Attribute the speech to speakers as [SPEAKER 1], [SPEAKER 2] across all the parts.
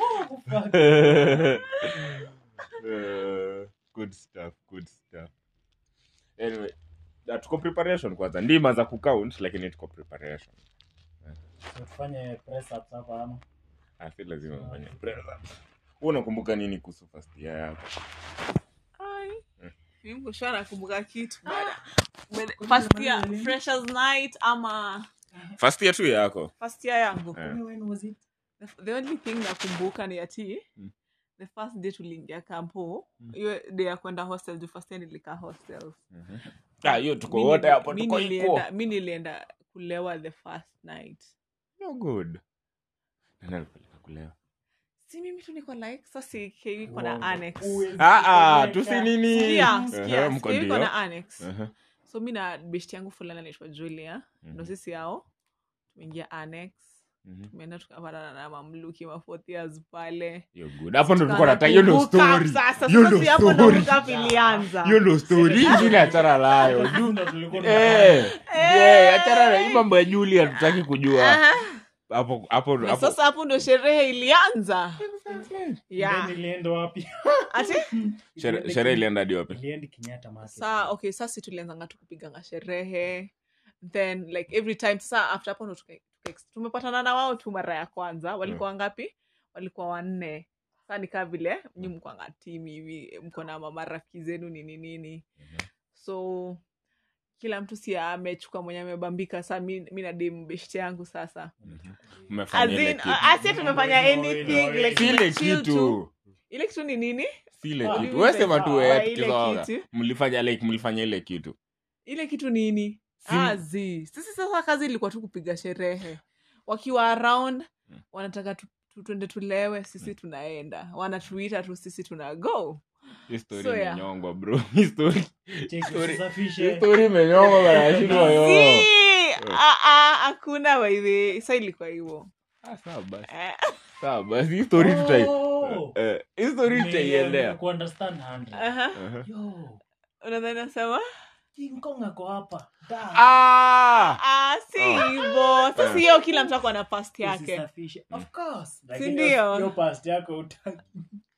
[SPEAKER 1] Oh, fuck.
[SPEAKER 2] Eh, good stuff, good stuff. Anyway, na tuko preparation kwanza ndima za kucount lakini tuko preparation
[SPEAKER 1] So, tufanye press ups hapa ama
[SPEAKER 2] Ah, si lazima ufanye press up. Wewe unakumbuka nini kuhusu first year yako
[SPEAKER 3] Ai,
[SPEAKER 2] Mm.
[SPEAKER 3] mimi kushua nakumbuka kitu
[SPEAKER 1] Ah,
[SPEAKER 3] bada. Bada- first year, freshers night ama
[SPEAKER 2] first year tu yako
[SPEAKER 3] first year yangu
[SPEAKER 2] Eh.
[SPEAKER 1] when was it
[SPEAKER 3] the, f- the only thing nakumbuka ni ati
[SPEAKER 2] Mm.
[SPEAKER 3] the first day tuliingia kampo
[SPEAKER 2] Mm.
[SPEAKER 3] hiyo day ya kwenda hostel juu first year nilikaa hostel
[SPEAKER 2] Ah, hiyo tuko
[SPEAKER 3] Mi
[SPEAKER 2] wote
[SPEAKER 3] nili-
[SPEAKER 2] hapo
[SPEAKER 3] mi
[SPEAKER 2] tuko equal.
[SPEAKER 3] nilienda- mi nilienda kulewa the first night
[SPEAKER 2] No good. Nani alikupeleka kulewa?
[SPEAKER 3] si mimi tu niko like sasi kewi iko na
[SPEAKER 1] Uongo.
[SPEAKER 3] annex
[SPEAKER 1] Uwe-
[SPEAKER 2] Ah, ah, tu si nini?
[SPEAKER 3] Sikia,
[SPEAKER 2] Ehe,
[SPEAKER 3] sikia,
[SPEAKER 2] mko
[SPEAKER 3] sikia, iko
[SPEAKER 2] ndio.
[SPEAKER 3] na annex
[SPEAKER 2] Ehe.
[SPEAKER 3] so mi na beshti yangu fulani anaitwa julia ndo
[SPEAKER 2] Mhm.
[SPEAKER 3] sisi hao tumeingia annex
[SPEAKER 2] Mhm.
[SPEAKER 3] tumeenda tukapatana na mamluki ma fourth years pale
[SPEAKER 2] You're good. hapo ndo tulikuwa
[SPEAKER 3] Tukaanza
[SPEAKER 2] nata hiyo ndo
[SPEAKER 3] kuruka
[SPEAKER 2] story
[SPEAKER 3] sasa,
[SPEAKER 2] Hiyo
[SPEAKER 3] sasa
[SPEAKER 2] ndo
[SPEAKER 3] si hapo ndo
[SPEAKER 2] story.
[SPEAKER 3] hookup ilianza.
[SPEAKER 2] hiyo ndo story ingine achana nayo Ju- Eh,
[SPEAKER 3] Eh.
[SPEAKER 2] eh, achana na hii mambo ya juli hatutaki kujua
[SPEAKER 3] Aha.
[SPEAKER 2] hapo hapo
[SPEAKER 3] Na
[SPEAKER 2] hapo
[SPEAKER 3] sasa hapo ndo sherehe ilianza
[SPEAKER 1] yeah.
[SPEAKER 3] yeah.
[SPEAKER 1] ilienda wapi
[SPEAKER 3] Ati,
[SPEAKER 2] Shere- sherehe ilienda hadi wapi
[SPEAKER 1] iliendi kenyatta market
[SPEAKER 3] saa okay sasi tulianzanga tu kupiganga sherehe then like every time saa after hapo ndo tuka- tuka- tumepatana na wao tu mara ya kwanza walikuwa
[SPEAKER 2] Mm.
[SPEAKER 3] wangapi walikuwa wanne saa nikaa vile nyi
[SPEAKER 2] Mm.
[SPEAKER 3] mkwanga timi hivi mko na marafiki zenu nini nini
[SPEAKER 2] Mm-hmm.
[SPEAKER 3] so kila mtu si amechukua mwenye amebambika saa mi, mi nademu beshte yangu sasa
[SPEAKER 2] mmefanya ile kitu
[SPEAKER 3] asie tumefanya anything like,
[SPEAKER 2] sile
[SPEAKER 3] tumechill tu.
[SPEAKER 2] kitu
[SPEAKER 3] ile kitu ni nini
[SPEAKER 2] sile
[SPEAKER 1] Ah,
[SPEAKER 2] kitu
[SPEAKER 3] ile
[SPEAKER 2] wewe sema tu
[SPEAKER 1] kitu.
[SPEAKER 2] wewe
[SPEAKER 3] Ah, ile
[SPEAKER 2] tukizoga.
[SPEAKER 3] kitu.
[SPEAKER 2] mlifanya like mlifanya ile kitu
[SPEAKER 3] ile kitu nini
[SPEAKER 2] Si-
[SPEAKER 3] azi Ah, sisi sasa kazi ilikuwa tu kupiga sherehe wakiwa around
[SPEAKER 2] Mm.
[SPEAKER 3] wanataka tu, tu, tuende tulewe sisi tunaenda wanatuita tu sisi tuna go
[SPEAKER 2] Hii story
[SPEAKER 3] So, yeah.
[SPEAKER 2] imenyongwa bro Hii story
[SPEAKER 1] Check,
[SPEAKER 2] Story. hii
[SPEAKER 1] usisafishe.
[SPEAKER 2] story imenyongwa wanashindwa yo
[SPEAKER 3] si ah, ah, hakuna waihe sa ilikuwa hivo
[SPEAKER 2] Ah, sawa basi
[SPEAKER 3] Eh,
[SPEAKER 2] sawa basi hii story tutai
[SPEAKER 1] Oh.
[SPEAKER 2] eh, hii story
[SPEAKER 1] Nime-
[SPEAKER 2] tutaielea
[SPEAKER 1] kuunderstand 100.
[SPEAKER 3] aha.
[SPEAKER 2] Aha.
[SPEAKER 1] Yo,
[SPEAKER 3] unadhani nasema
[SPEAKER 1] King Kong ako hapa Da,
[SPEAKER 2] Ah!
[SPEAKER 3] ah, si
[SPEAKER 2] Oh.
[SPEAKER 3] hivo
[SPEAKER 2] Eh.
[SPEAKER 3] sasa hiyo kila mtu ako na past yake
[SPEAKER 1] usisafishe.
[SPEAKER 2] Mm.
[SPEAKER 1] Of course. Lakini
[SPEAKER 3] Sindio?
[SPEAKER 1] hiyo- hiyo past yako utaki.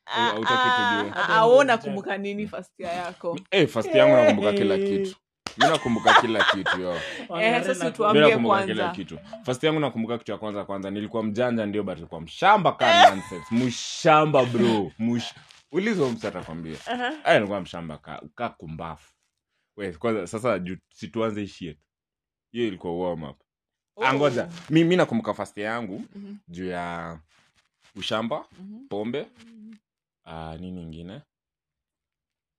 [SPEAKER 3] Ah,
[SPEAKER 2] Hautaki
[SPEAKER 3] ah,
[SPEAKER 2] kujua.
[SPEAKER 3] ah, ah, wewe unakumbuka nini fastia yako
[SPEAKER 2] Eh, first yangu nakumbuka kila kitu mi nakumbuka kila kitu yo
[SPEAKER 3] Eh, sasa
[SPEAKER 2] mi
[SPEAKER 3] tuambie
[SPEAKER 2] nakumbuka kila
[SPEAKER 3] kwanza
[SPEAKER 2] kitu first yangu nakumbuka kitu ya kwanza kwanza nilikuwa mjanja ndio but nilikuwa mshamba ka nonsense mshamba bro Mush... ulizo msa atakwambia
[SPEAKER 3] Aha.
[SPEAKER 2] aya nilikuwa mshamba ka, ka kumbafu we kwanza sasa ju- situanze hii shit hiyo ilikuwa warm up Ah,
[SPEAKER 3] Oh.
[SPEAKER 2] ngoja mi, mi nakumbuka first yangu
[SPEAKER 3] Mhm,
[SPEAKER 2] juu ya ushamba
[SPEAKER 3] mhm.
[SPEAKER 2] pombe uh, nini ingine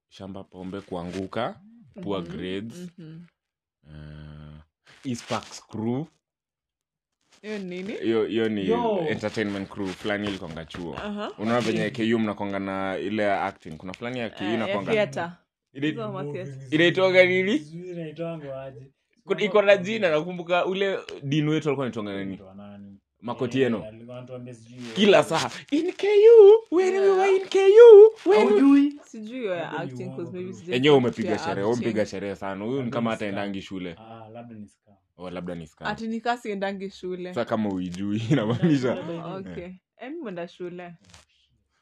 [SPEAKER 2] shamba pombe kuanguka poor
[SPEAKER 3] Mhm,
[SPEAKER 2] grades
[SPEAKER 3] mhm.
[SPEAKER 2] uh, Eastpak crew
[SPEAKER 3] hiyo ni nini
[SPEAKER 2] hiyo hiyo ni
[SPEAKER 1] Yo.
[SPEAKER 2] entertainment crew fulani ilikonga chuo
[SPEAKER 3] Aha.
[SPEAKER 2] unaona venye ku mnakonga na ile ya acting kuna fulani ya ku
[SPEAKER 3] Eh, ya
[SPEAKER 2] nakonga
[SPEAKER 3] theatre. Hizo ma theatre.
[SPEAKER 2] inaitwaga nini
[SPEAKER 1] Sijui inaitwangwa aje.
[SPEAKER 2] Kuna- iko na jina nakumbuka ule din wetu alikuwa anaitwanga nani
[SPEAKER 1] Mtu wa nani? Eh,
[SPEAKER 2] makotieno
[SPEAKER 1] alikuwa anatuambia sijui yeye.
[SPEAKER 2] kila saa in ku when we were in ku when we
[SPEAKER 1] Haujui?
[SPEAKER 3] Sijui hiyo ya
[SPEAKER 1] Hapo ni
[SPEAKER 3] acting, 'cause
[SPEAKER 1] uongo
[SPEAKER 3] maybe
[SPEAKER 1] tu.
[SPEAKER 3] sijui
[SPEAKER 2] enyewe
[SPEAKER 3] kwa
[SPEAKER 2] umepiga
[SPEAKER 3] kitu ya
[SPEAKER 2] sherehe umepiga
[SPEAKER 3] acting.
[SPEAKER 2] sherehe sana huyu ni kama hataendangi shule
[SPEAKER 1] Ah, labda ni scam.
[SPEAKER 2] o labda ni scam.
[SPEAKER 3] ati nikaa siendangi shule
[SPEAKER 2] sasa kama uijui inamaanisha
[SPEAKER 3] Oh, okay Eh, mi mwenda shule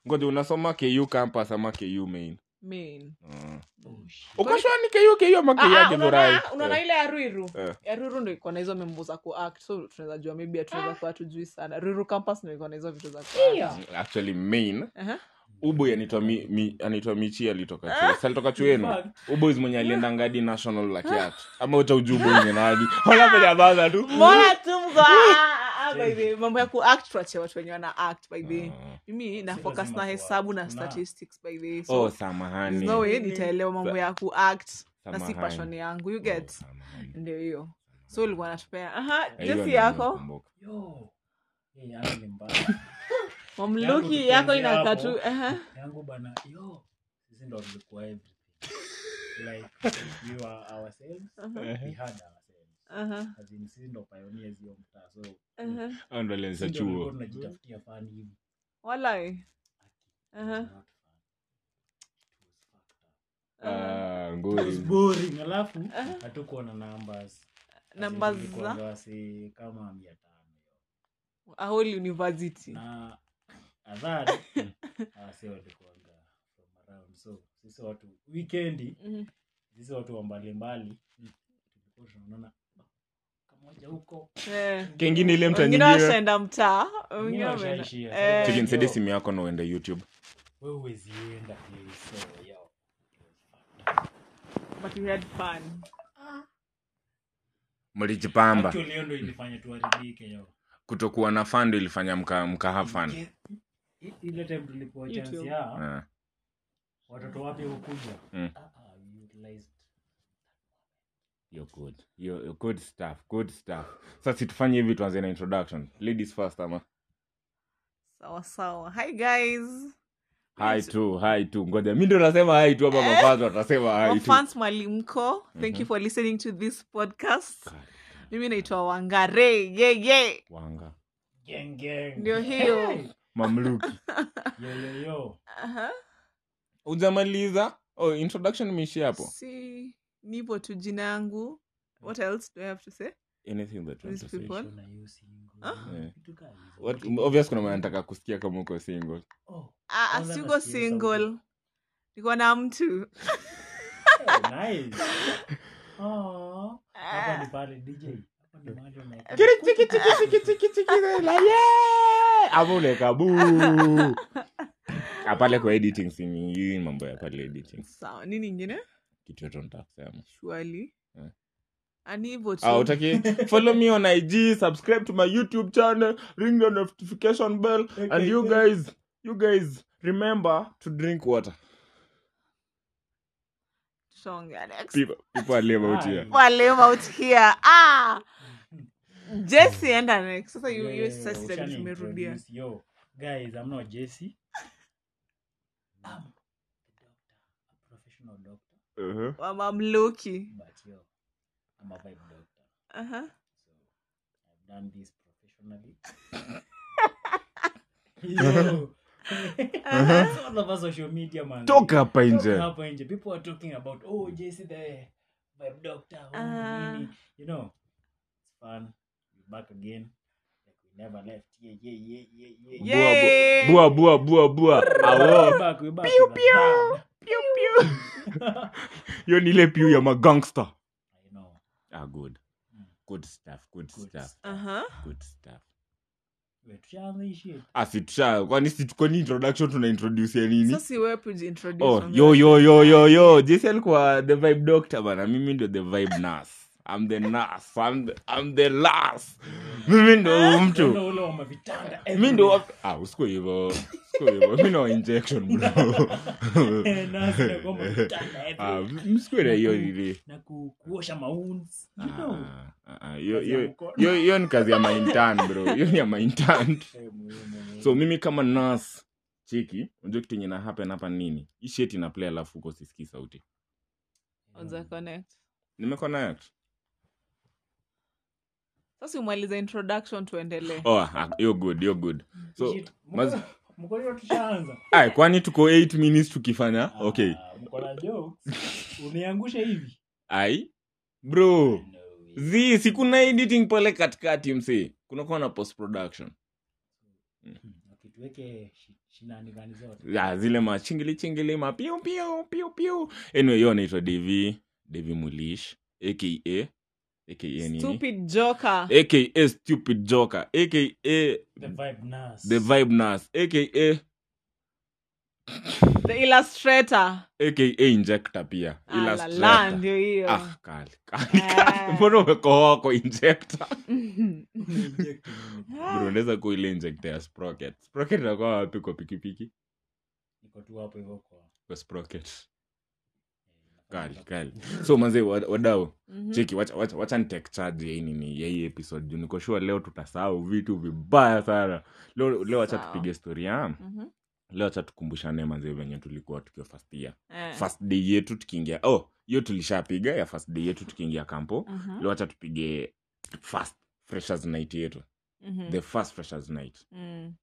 [SPEAKER 2] ngoja unasoma ku campus ama ku main
[SPEAKER 3] Main.
[SPEAKER 2] Mm.
[SPEAKER 1] Oh, shit.
[SPEAKER 2] ukashwani ku ku ama ku
[SPEAKER 3] Ah, ah,
[SPEAKER 2] yake
[SPEAKER 3] unaona
[SPEAKER 2] vorai
[SPEAKER 3] unaona ile ya ruiru
[SPEAKER 2] Eh.
[SPEAKER 3] ya ruiru ndo iko na hizo membo za kuact so tunaweza jua maybe hatunaweza kuwa tujui sana ruiru campus ndo iko na hizo vitu za kuact
[SPEAKER 2] Eh, actually main
[SPEAKER 3] Aha.
[SPEAKER 2] ubo anaitwa mi, mi, anaitwa michi alitoka chuo si alitoka chuo yenu
[SPEAKER 1] Fuck.
[SPEAKER 2] uboys mwenye aliendanga hadi national la kiatu ama uta uju uboys enawadi walapenyabaza tu
[SPEAKER 3] mbona tu mko ah, ah, ah, by the way, mambo ya kuact tuache watu wenye wana act by the way.
[SPEAKER 2] Ah.
[SPEAKER 3] mimi na
[SPEAKER 1] Si
[SPEAKER 3] focus
[SPEAKER 1] lazima
[SPEAKER 3] na
[SPEAKER 1] kuact.
[SPEAKER 3] hesabu na
[SPEAKER 1] Na.
[SPEAKER 3] statistics by the way, so
[SPEAKER 2] oh
[SPEAKER 3] there's
[SPEAKER 2] samahani
[SPEAKER 3] no way nitaelewa mambo ya kuact na si
[SPEAKER 2] Samahani.
[SPEAKER 3] passion yangu you
[SPEAKER 2] Oh,
[SPEAKER 3] get
[SPEAKER 2] samahani.
[SPEAKER 3] ndio hiyo so ulikuwa natupea aha
[SPEAKER 2] Eh, hilo
[SPEAKER 3] jesi
[SPEAKER 2] ndio
[SPEAKER 3] yako
[SPEAKER 2] nimekumbuka.
[SPEAKER 1] Yo. Hii yangu ni mbaya. Yangu
[SPEAKER 3] mamluki
[SPEAKER 1] tukiingia
[SPEAKER 3] yako inakaa tu
[SPEAKER 1] hapo.
[SPEAKER 3] aha.
[SPEAKER 1] yangu bana yo sisi ndo tulikuwa everything like we were ourselves we had ourselves
[SPEAKER 3] aha,
[SPEAKER 1] as in sisi ndo pioneers hiyo mtaa so
[SPEAKER 3] aha.
[SPEAKER 1] Mm.
[SPEAKER 2] Hao ndo
[SPEAKER 1] sisi
[SPEAKER 2] walianza
[SPEAKER 1] ndo tulikuwa
[SPEAKER 2] chuo
[SPEAKER 1] tunajitafutia fun hivi
[SPEAKER 3] walai
[SPEAKER 1] It was
[SPEAKER 3] aha,
[SPEAKER 1] not fun.
[SPEAKER 3] aha.
[SPEAKER 2] Ah,
[SPEAKER 1] It was
[SPEAKER 2] ngori
[SPEAKER 1] boring alafu hatukuwa na numbers As in
[SPEAKER 3] Numbers
[SPEAKER 1] tulikuwa
[SPEAKER 3] za?
[SPEAKER 1] na wasi kama mia tano
[SPEAKER 3] a whole university
[SPEAKER 1] na adhari awase walikuanga from around so sisi watu wikendi
[SPEAKER 3] Mhm.
[SPEAKER 1] sisi watu wa mbalimbali tulikuwa tunaonana kamoja huko
[SPEAKER 3] Eh.
[SPEAKER 2] kengine ile
[SPEAKER 3] wengine
[SPEAKER 2] mtanyinyiwe
[SPEAKER 3] washaenda mtaa wengine
[SPEAKER 1] Wengine
[SPEAKER 3] wameenda-
[SPEAKER 1] washaishia.
[SPEAKER 3] Eh.
[SPEAKER 1] Chicken.
[SPEAKER 2] chikinsede simu yako na uende youtube
[SPEAKER 1] we uwezienda place so yo
[SPEAKER 3] but we had fun
[SPEAKER 2] mlijipamba
[SPEAKER 1] actually hiyo ndio ilifanya tuharibike yo
[SPEAKER 2] kutokuwa na fando ilifanya mka, mkahafan
[SPEAKER 1] Inge- i- ile time tulipewa chance
[SPEAKER 3] YouTube.
[SPEAKER 1] ya
[SPEAKER 2] Ah.
[SPEAKER 1] watoto wapya kukuja
[SPEAKER 2] Mm.
[SPEAKER 1] Ah, ah, we utilized.
[SPEAKER 2] sasi tufanye hivi tuanze na introduction ladies first ama
[SPEAKER 3] sawa sawa hi guys
[SPEAKER 2] hi tu hi tu ngoja mi ndo nasema hi tu ama mafans watasema hi Mm-hmm. tu
[SPEAKER 3] fans mwalimko thank you for listening to this podcast mimi naitwa wangare ye ye
[SPEAKER 2] wanga
[SPEAKER 1] Gang, gang.
[SPEAKER 3] ndio hiyo
[SPEAKER 2] mamluki
[SPEAKER 1] Yo, yo, yo.
[SPEAKER 3] Aha.
[SPEAKER 2] ujamaliza oh, introduction imeishia hapo
[SPEAKER 3] si nipo tu jina yangu what else do i have to say
[SPEAKER 2] anything that you want to
[SPEAKER 3] These
[SPEAKER 2] say.
[SPEAKER 3] people.
[SPEAKER 1] Shona, you single.
[SPEAKER 2] Eh.
[SPEAKER 1] Vitu kama hizo.
[SPEAKER 2] What- obvious kuna mwenye anataka kusikia kama uko single
[SPEAKER 1] Oh,
[SPEAKER 3] Ah,
[SPEAKER 1] Kwanza
[SPEAKER 3] siuko
[SPEAKER 1] nasikia
[SPEAKER 3] single niko na mtu
[SPEAKER 1] eh, nice. Oh.
[SPEAKER 3] Ah.
[SPEAKER 1] Hapa ni pale DJ. Hapa ni mahali unaweka-
[SPEAKER 2] ama unekabu apale kwa editing si ni- hii mambo ya pale editing
[SPEAKER 3] Ah, sawa nini ingine
[SPEAKER 2] kitu yote nataka kusema
[SPEAKER 3] shwali
[SPEAKER 2] Eh.
[SPEAKER 3] ani hivo tu
[SPEAKER 2] Ah, utaki follow me on ig subscribe to my youtube channel ring the notification bell and you guys you guys remember to drink water
[SPEAKER 3] Song, Alex.
[SPEAKER 2] people, people are live out here
[SPEAKER 3] Wale out here ah jesse enda next sasa you-
[SPEAKER 1] Yo,
[SPEAKER 3] you
[SPEAKER 1] yo, yo,
[SPEAKER 3] sasa sasa
[SPEAKER 1] ushani
[SPEAKER 3] tumerudia
[SPEAKER 1] introduce. Yo, guys, I'm not Jesse. I'm a doctor, a professional doctor,
[SPEAKER 2] Uh-huh.
[SPEAKER 3] wamamluki
[SPEAKER 1] but yo, I'm a vibe doctor.
[SPEAKER 3] Aha.
[SPEAKER 1] So, I've done this professionally. Yo.
[SPEAKER 2] Uh-huh.
[SPEAKER 3] Aha.
[SPEAKER 1] Some of us social media, man.
[SPEAKER 2] toka hapa
[SPEAKER 1] Toka
[SPEAKER 2] nje
[SPEAKER 1] hapo nje people are talking about oh jc the vibe doctor oh,
[SPEAKER 3] Ah.
[SPEAKER 1] nini you know it's fun We're back again like we never left yeah yeah yeah yeah yeah
[SPEAKER 3] Yeah.
[SPEAKER 1] yeah
[SPEAKER 2] Bua,
[SPEAKER 3] Yay!
[SPEAKER 2] bua bua bua bua
[SPEAKER 1] We're back, we're
[SPEAKER 2] awo
[SPEAKER 1] back with a bang.
[SPEAKER 3] Pew, pew.
[SPEAKER 2] hiyo ni ile piu ya magangster
[SPEAKER 1] I know.
[SPEAKER 2] ah, good
[SPEAKER 1] Mm.
[SPEAKER 2] good stuff good,
[SPEAKER 1] Good
[SPEAKER 2] stuff
[SPEAKER 3] Aha.
[SPEAKER 2] good stuff
[SPEAKER 1] Wait, tushaanza hii shit?
[SPEAKER 2] asitusha Ah, kwani situkoni introduction tuna introduce ya nini
[SPEAKER 3] Sasa si wewe kujiintroduce
[SPEAKER 2] oh
[SPEAKER 3] wangu.
[SPEAKER 2] yo yo yo yo yo jesi alikuwa the vibe doctor bana mimi ndio the vibe nurse i'm the nurse i'm the, I'm the last mimi
[SPEAKER 1] Ah,
[SPEAKER 2] ndo mtu
[SPEAKER 1] Ndo ule wa mavitanda
[SPEAKER 2] mi ndo ah usiku hivyo usiku hivyo mi na injection bro
[SPEAKER 1] Eh, nasi na kwa mavitanda
[SPEAKER 2] ah
[SPEAKER 1] everywhere.
[SPEAKER 2] msiku na hiyo nili
[SPEAKER 1] na ku- kuosha maunds you know
[SPEAKER 2] Ah, ah, ah, hiyo-
[SPEAKER 1] Kazi ya
[SPEAKER 2] hiyo-
[SPEAKER 1] mkono.
[SPEAKER 2] hiyo hiyo ni kazi ya maintan bro hiyo ni ya maintan
[SPEAKER 1] Eh, muhimu, muhimu.
[SPEAKER 2] so mimi kama nas cheki unajua kitu yenye na happen hapa ni nini hii shit ina play alafu huko sisikii sauti
[SPEAKER 3] Anza connect.
[SPEAKER 2] nimeconnect
[SPEAKER 3] sasa umaliza introduction tuendelee
[SPEAKER 2] oh ah, you're good you're good so
[SPEAKER 1] Shit, mko-
[SPEAKER 2] maz-
[SPEAKER 1] mko hiyo tushaanza
[SPEAKER 2] ai kwani tuko 8 minutes tukifanya
[SPEAKER 1] Ah,
[SPEAKER 2] okay
[SPEAKER 1] mko na jokes uniangushe hivi
[SPEAKER 2] ai bro
[SPEAKER 1] No way.
[SPEAKER 2] z sikuna editing pale katikati msi kunakuwa na post production
[SPEAKER 1] Hmm, ukituweke shi- shinani gani zote
[SPEAKER 2] ya zile machingili chingili mapiu piu piu piu anyway hiyo anaitwa dv dv mulish aka aka nini Eh.
[SPEAKER 3] stupid joker
[SPEAKER 2] aka stupid joker aka
[SPEAKER 1] the vibe nurse.
[SPEAKER 2] the vibe nurse aka
[SPEAKER 3] the illustrator
[SPEAKER 2] aka injector pia
[SPEAKER 3] alala
[SPEAKER 2] illustrator
[SPEAKER 3] Ah, ndio hiyo
[SPEAKER 2] ah kali kali kali
[SPEAKER 3] Eh.
[SPEAKER 2] mbona umekohoa kwa injector
[SPEAKER 1] Unainject nini?
[SPEAKER 3] Ah.
[SPEAKER 2] bro unaweza ku ile inject ya sprocket sprocket inakuwa wapi kwa pikipiki
[SPEAKER 1] Iko tu hapo hivyo kwa-
[SPEAKER 2] kwa sprocket kali
[SPEAKER 1] nafanya
[SPEAKER 2] kali so manze wad- wadau
[SPEAKER 3] Mhm.
[SPEAKER 2] cheki wacha- wacha wacha ni take charge ya hii nini ya hii episode juu niko sure leo tutasahau vitu vibaya sana leo leo wacha
[SPEAKER 3] Sawa.
[SPEAKER 2] tupige story ya
[SPEAKER 3] Mhm.
[SPEAKER 2] leo wacha tukumbushane manze venye tulikuwa tukiwa first year
[SPEAKER 3] Eh.
[SPEAKER 2] first day yetu tukiingia oh hiyo tulishapiga ya first day yetu tukiingia kampo
[SPEAKER 3] Mhm.
[SPEAKER 2] leo wacha tupige first freshers night yetu
[SPEAKER 3] Mhm.
[SPEAKER 2] the first freshers night
[SPEAKER 3] Mm.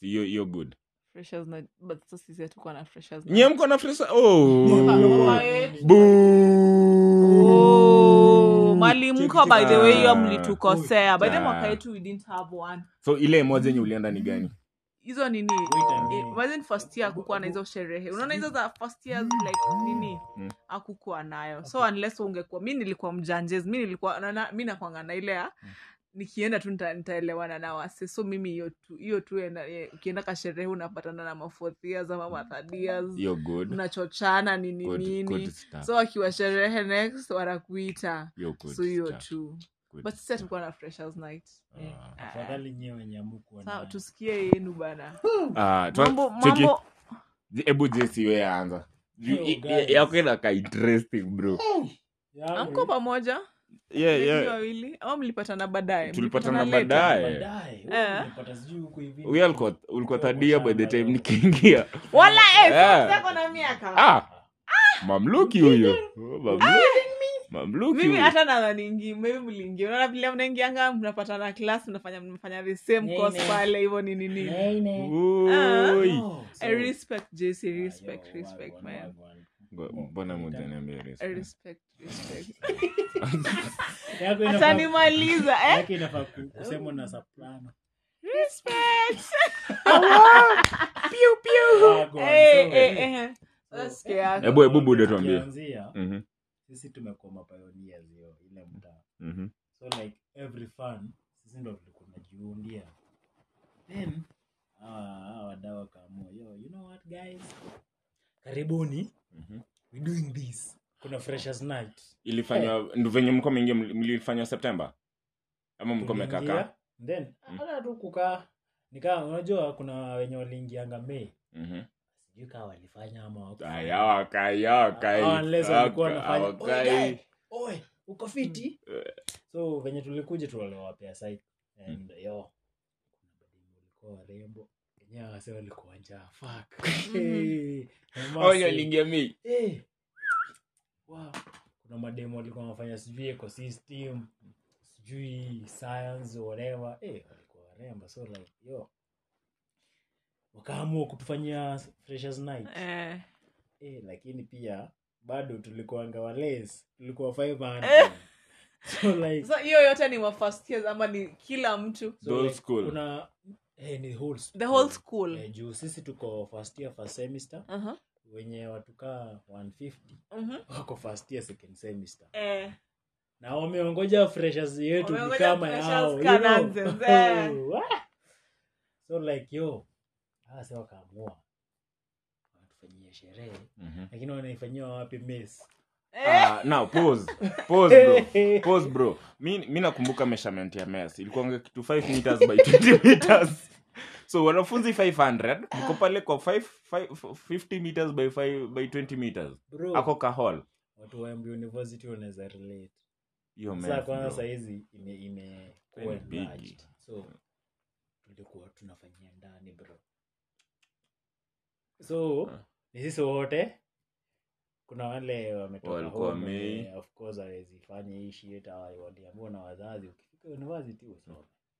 [SPEAKER 2] hiyo hiyo good
[SPEAKER 3] Freshers night. But sasa sisi hatukuwa na freshers night.
[SPEAKER 2] nyie mko na freshers oh
[SPEAKER 3] Wewe.
[SPEAKER 2] boo
[SPEAKER 3] Oh, mali mko by the way hiyo mlitukosea by the
[SPEAKER 2] Ah.
[SPEAKER 3] mwaka yetu we didn't have one
[SPEAKER 2] so ile moja yenye ulienda ni gani
[SPEAKER 3] hizo nini
[SPEAKER 1] Wait a
[SPEAKER 3] eh,
[SPEAKER 2] Mm.
[SPEAKER 1] minute.
[SPEAKER 3] imagine first year hakukuwa na hizo sherehe unaona hizo za first year like nini
[SPEAKER 2] Mm.
[SPEAKER 3] hakukuwa nayo so unless ungekuwa mi nilikuwa mjanjezi mi nilikuwa na- na- mi nakwanga na ile
[SPEAKER 2] Mm.
[SPEAKER 3] ya nikienda tu nita- nitaelewana na wase so mimi hiyo tu hiyo tu ena- eh, ukienda kasherehe unapatana na mafothias ama mathadias
[SPEAKER 2] You're good
[SPEAKER 3] mnachochana nini
[SPEAKER 2] Mm. good,
[SPEAKER 3] nini
[SPEAKER 2] good stuff.
[SPEAKER 3] so wakiwa sherehe next wanakuita
[SPEAKER 2] You're good
[SPEAKER 3] so hiyo
[SPEAKER 2] stuff.
[SPEAKER 3] tu
[SPEAKER 2] Good
[SPEAKER 3] but sisi
[SPEAKER 2] stuff.
[SPEAKER 3] hatukuwa na freshers night Eh.
[SPEAKER 2] Ah.
[SPEAKER 3] Ah.
[SPEAKER 1] afadhali nyewe wenye hamkuwa
[SPEAKER 3] Sawa,
[SPEAKER 1] nayo.
[SPEAKER 3] tusikie yenu bana
[SPEAKER 2] Ah, twa-
[SPEAKER 3] mambo
[SPEAKER 2] cheki.
[SPEAKER 3] mambo
[SPEAKER 2] hebu jesi we anza
[SPEAKER 1] Yo,
[SPEAKER 2] I- i-
[SPEAKER 1] guys.
[SPEAKER 2] yako inaka interesting bro
[SPEAKER 1] Yaani,
[SPEAKER 3] amko pamoja
[SPEAKER 2] yeah,
[SPEAKER 3] Nyinyi
[SPEAKER 2] yeah.
[SPEAKER 3] wawili ama mlipatana baadaye
[SPEAKER 2] tulipatana
[SPEAKER 3] Mlipatana
[SPEAKER 2] baadaye
[SPEAKER 3] later?
[SPEAKER 1] baadaye,
[SPEAKER 3] Eh.
[SPEAKER 1] huyu unapata sijui huku hivi.
[SPEAKER 2] We alikuwa- ulikuwa
[SPEAKER 1] Tulikuwa
[SPEAKER 2] thadia by the
[SPEAKER 1] shamba.
[SPEAKER 2] time nikiingia
[SPEAKER 3] wala eh, so
[SPEAKER 2] Yeah.
[SPEAKER 3] zako na miaka
[SPEAKER 2] ah, mamluki huyo Mamluki- mamluki
[SPEAKER 3] Ah! mimi
[SPEAKER 2] huyo
[SPEAKER 3] hata nadhaningi maybe mliingia unaona vile mnaingianga mnapatana class mnafanya mnafanya the same
[SPEAKER 1] Nene.
[SPEAKER 3] course pale hivyo nini nini
[SPEAKER 1] Nene.
[SPEAKER 2] Oi.
[SPEAKER 1] No, so-
[SPEAKER 3] I respect JC
[SPEAKER 1] Ah, yo,
[SPEAKER 3] respect
[SPEAKER 1] one,
[SPEAKER 3] respect
[SPEAKER 1] one,
[SPEAKER 3] man
[SPEAKER 1] one, one.
[SPEAKER 2] Ngo- mbona mutaniambia
[SPEAKER 3] I
[SPEAKER 2] respect?
[SPEAKER 3] respect respect
[SPEAKER 1] Yako
[SPEAKER 3] hata
[SPEAKER 1] inafaa-
[SPEAKER 3] nimaliza eh
[SPEAKER 1] yako inafaa ku- kusemwa na soprano.
[SPEAKER 3] respect
[SPEAKER 1] Ah, go on,
[SPEAKER 3] eh
[SPEAKER 1] sorry.
[SPEAKER 3] eh eh sasa sikia yako
[SPEAKER 2] Hebu- hebu bude tuambie.
[SPEAKER 1] Tukianzia,
[SPEAKER 2] Mhm,
[SPEAKER 1] sisi tumekuwa mapioneers yo ile mtaa
[SPEAKER 2] mhm.
[SPEAKER 1] so like every fun sisi ndo tulikuwa tunajiundia then hawa hawa wadau wakaamua yo you know what guys karibuni
[SPEAKER 2] Mhm.
[SPEAKER 1] we doing this kuna freshers night Eh.
[SPEAKER 2] ilifanywa ndo venye mko mingi mlifanywa septemba ama mko mekaka
[SPEAKER 1] Tuliingia, then
[SPEAKER 2] Mm.
[SPEAKER 1] hata tu kukaa nikaa unajua kuna wenye waliingianga mei
[SPEAKER 2] Mhm.
[SPEAKER 1] sijui kaa walifanya ama hawakufanya.
[SPEAKER 2] Aya, wakai, wakai,
[SPEAKER 1] Ah, unless walikuwa
[SPEAKER 2] waka-
[SPEAKER 1] wanafanya, "Oi,
[SPEAKER 2] wakai."
[SPEAKER 1] guy, oi, uko fiti so venye tulikuja tuwaliwapea site and yo kuna badini walikuwa warembo wenyewe wase walikuwa njaa fak
[SPEAKER 2] Oh, wenye waliingia mi
[SPEAKER 1] wow. kuna mademu walikuwa wanafanya sijui ecosystem sijui science whatever eh walikuwa warembo so like yo wakaamua kutufanyia freshers night
[SPEAKER 3] eh
[SPEAKER 1] eh, lakini pia bado tulikuanga wales tulikuwa
[SPEAKER 3] Eh.
[SPEAKER 1] 500 so like,
[SPEAKER 3] sasa hiyo yote ni wa first years ama ni kila mtu
[SPEAKER 1] so
[SPEAKER 2] The whole
[SPEAKER 1] like,
[SPEAKER 2] school.
[SPEAKER 1] kuna eh, ni whole
[SPEAKER 3] the whole
[SPEAKER 1] school.
[SPEAKER 3] school
[SPEAKER 1] Eh, juu sisi tuko first year first semester
[SPEAKER 3] uh-huh.
[SPEAKER 1] wenye watukaa 150
[SPEAKER 3] uh-huh.
[SPEAKER 1] wako first year second semester
[SPEAKER 3] eh
[SPEAKER 1] na wameongoja freshers yetu ni
[SPEAKER 3] Wameongoja
[SPEAKER 1] kama
[SPEAKER 3] freshers
[SPEAKER 1] yao you
[SPEAKER 3] kananze,
[SPEAKER 1] know?
[SPEAKER 3] eh.
[SPEAKER 1] Wah! so like yo hawa si wakaamua wanatufanyia sherehe
[SPEAKER 2] Mhm.
[SPEAKER 1] lakini wanaifanyia wapi miss
[SPEAKER 3] eh
[SPEAKER 2] Ah, now, pause. Pause, bro. Pause, bro mi, mi nakumbuka measurement ya mes ilikuanga kitu 5 meters by 20 meters so wanafunzi 500 mko pale kwa 5, 5, 50 meters by, 5, by 20 meters
[SPEAKER 1] bro
[SPEAKER 2] ako kahol
[SPEAKER 1] watu wa Embu university wanaweza relate
[SPEAKER 2] hiyo
[SPEAKER 1] sasa
[SPEAKER 2] math,
[SPEAKER 1] kwanza
[SPEAKER 2] bro.
[SPEAKER 1] sahizi ime imekuwa
[SPEAKER 2] Ni big.
[SPEAKER 1] enlarged. so tulikuwa tunafanyia ndani bro so
[SPEAKER 2] Ah.
[SPEAKER 1] ni sisi wote kuna wale wametoka
[SPEAKER 2] Walikuwa
[SPEAKER 1] home,
[SPEAKER 2] Mei.
[SPEAKER 1] eh, of course awezifanya hii shit awa- waliambiwa na wazazi ukifika university usome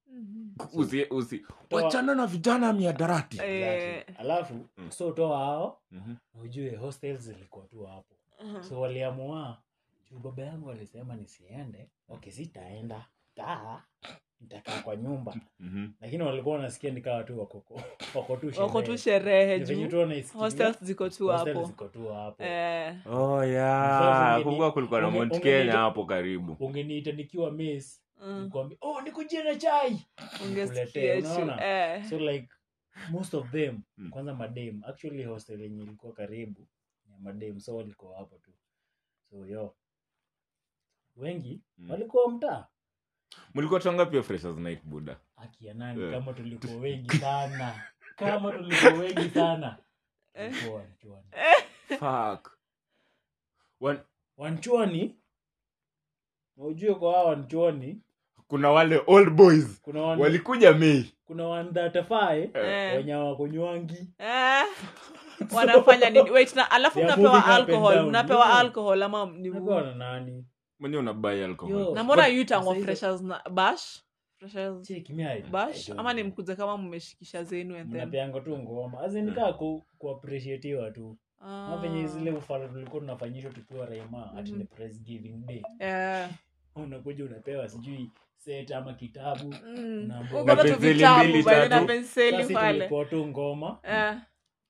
[SPEAKER 3] Mhm.
[SPEAKER 2] usi, usi.
[SPEAKER 1] Toa-
[SPEAKER 2] wachana na vijana miadarati
[SPEAKER 3] Eh.
[SPEAKER 1] Exactly. alafu
[SPEAKER 2] Mm.
[SPEAKER 1] so toa hao
[SPEAKER 2] Mhm.
[SPEAKER 1] na ujue hostels zilikuwa tu hapo
[SPEAKER 3] Uh-huh.
[SPEAKER 1] so waliamua juu baba yangu alisema nisiende okay sitaenda taa nitakaa kwa nyumba
[SPEAKER 2] Mhm.
[SPEAKER 1] lakini walikuwa wanasikia nikawa tu wako wako tu sherehe.
[SPEAKER 3] wako tu sherehe
[SPEAKER 1] Ni venye
[SPEAKER 3] juu
[SPEAKER 1] tu wanaisikia,
[SPEAKER 3] hostels ziko tu
[SPEAKER 1] hostels
[SPEAKER 3] hapo
[SPEAKER 1] ziko tu hapo
[SPEAKER 3] eh
[SPEAKER 2] oh
[SPEAKER 1] Sasa
[SPEAKER 2] yeah
[SPEAKER 1] ungeni-
[SPEAKER 2] kumbuka kulikuwa na
[SPEAKER 1] unge-
[SPEAKER 2] mount
[SPEAKER 1] ungeni-
[SPEAKER 2] kenya hapo karibu
[SPEAKER 1] ungeniita nikiwa miss
[SPEAKER 3] mm.
[SPEAKER 1] nikwambia oh nikujia na chai
[SPEAKER 3] ungesikia
[SPEAKER 1] Kuletea,
[SPEAKER 3] tu
[SPEAKER 1] unaona?
[SPEAKER 3] eh
[SPEAKER 1] so like most of them
[SPEAKER 2] Mm.
[SPEAKER 1] kwanza madem actually hostel yenye ilikuwa karibu ya madem so walikuwa hapo tu so yo wengi
[SPEAKER 2] Mm.
[SPEAKER 1] walikuwa mtaa
[SPEAKER 2] mlikuwa tuanga pia freshers night buda
[SPEAKER 1] akia nani
[SPEAKER 2] Yeah.
[SPEAKER 1] kama tulikuwa wengi sana kama tulikuwa wengi sana
[SPEAKER 3] Eh.
[SPEAKER 1] Tulikuwa wanchuani
[SPEAKER 2] fuck Wan,
[SPEAKER 1] wanchuani na ujue kwa hawa wanchuani
[SPEAKER 2] kuna wale old boys
[SPEAKER 1] kuna wan,
[SPEAKER 2] walikuja mei
[SPEAKER 1] kuna wandatafae
[SPEAKER 3] Eh.
[SPEAKER 1] wenye wakunywangi
[SPEAKER 3] Eh. wanafanya nini wait na alafu
[SPEAKER 1] They are
[SPEAKER 3] mnapewa
[SPEAKER 1] moving up and
[SPEAKER 3] alcohol
[SPEAKER 1] down.
[SPEAKER 3] mnapewa
[SPEAKER 1] Yeah.
[SPEAKER 3] alcohol ama ni
[SPEAKER 1] nakuwa na nani
[SPEAKER 2] mwenye unabai alcohol
[SPEAKER 1] Yo.
[SPEAKER 3] na mbona
[SPEAKER 1] But-
[SPEAKER 3] yutangwa
[SPEAKER 1] Sasa hizo-
[SPEAKER 3] freshers na bash freshers
[SPEAKER 1] cheki mi I- I
[SPEAKER 3] bash
[SPEAKER 1] don't
[SPEAKER 3] ama ni
[SPEAKER 1] know.
[SPEAKER 3] mkuze kama mmeshikisha zenu and then
[SPEAKER 1] mnapeanga tu ngoma azinikaa ku, kuapreciatiwa tu
[SPEAKER 3] Ah.
[SPEAKER 1] ma venye zile ufala tulikuwa tunafanyishwa tukiwa raima ati
[SPEAKER 3] Mhm.
[SPEAKER 1] ni press giving day
[SPEAKER 3] Eh.
[SPEAKER 1] unakuja unapewa sijui set ama kitabu
[SPEAKER 3] Mm.
[SPEAKER 1] Naambiwa-
[SPEAKER 3] Uko na tu
[SPEAKER 2] Penseli
[SPEAKER 3] vitabu,
[SPEAKER 2] mbili,
[SPEAKER 3] by the way,
[SPEAKER 2] tatu.
[SPEAKER 3] na penseli
[SPEAKER 1] sasi
[SPEAKER 3] pale
[SPEAKER 1] tulipoa tu ngoma
[SPEAKER 3] Eh,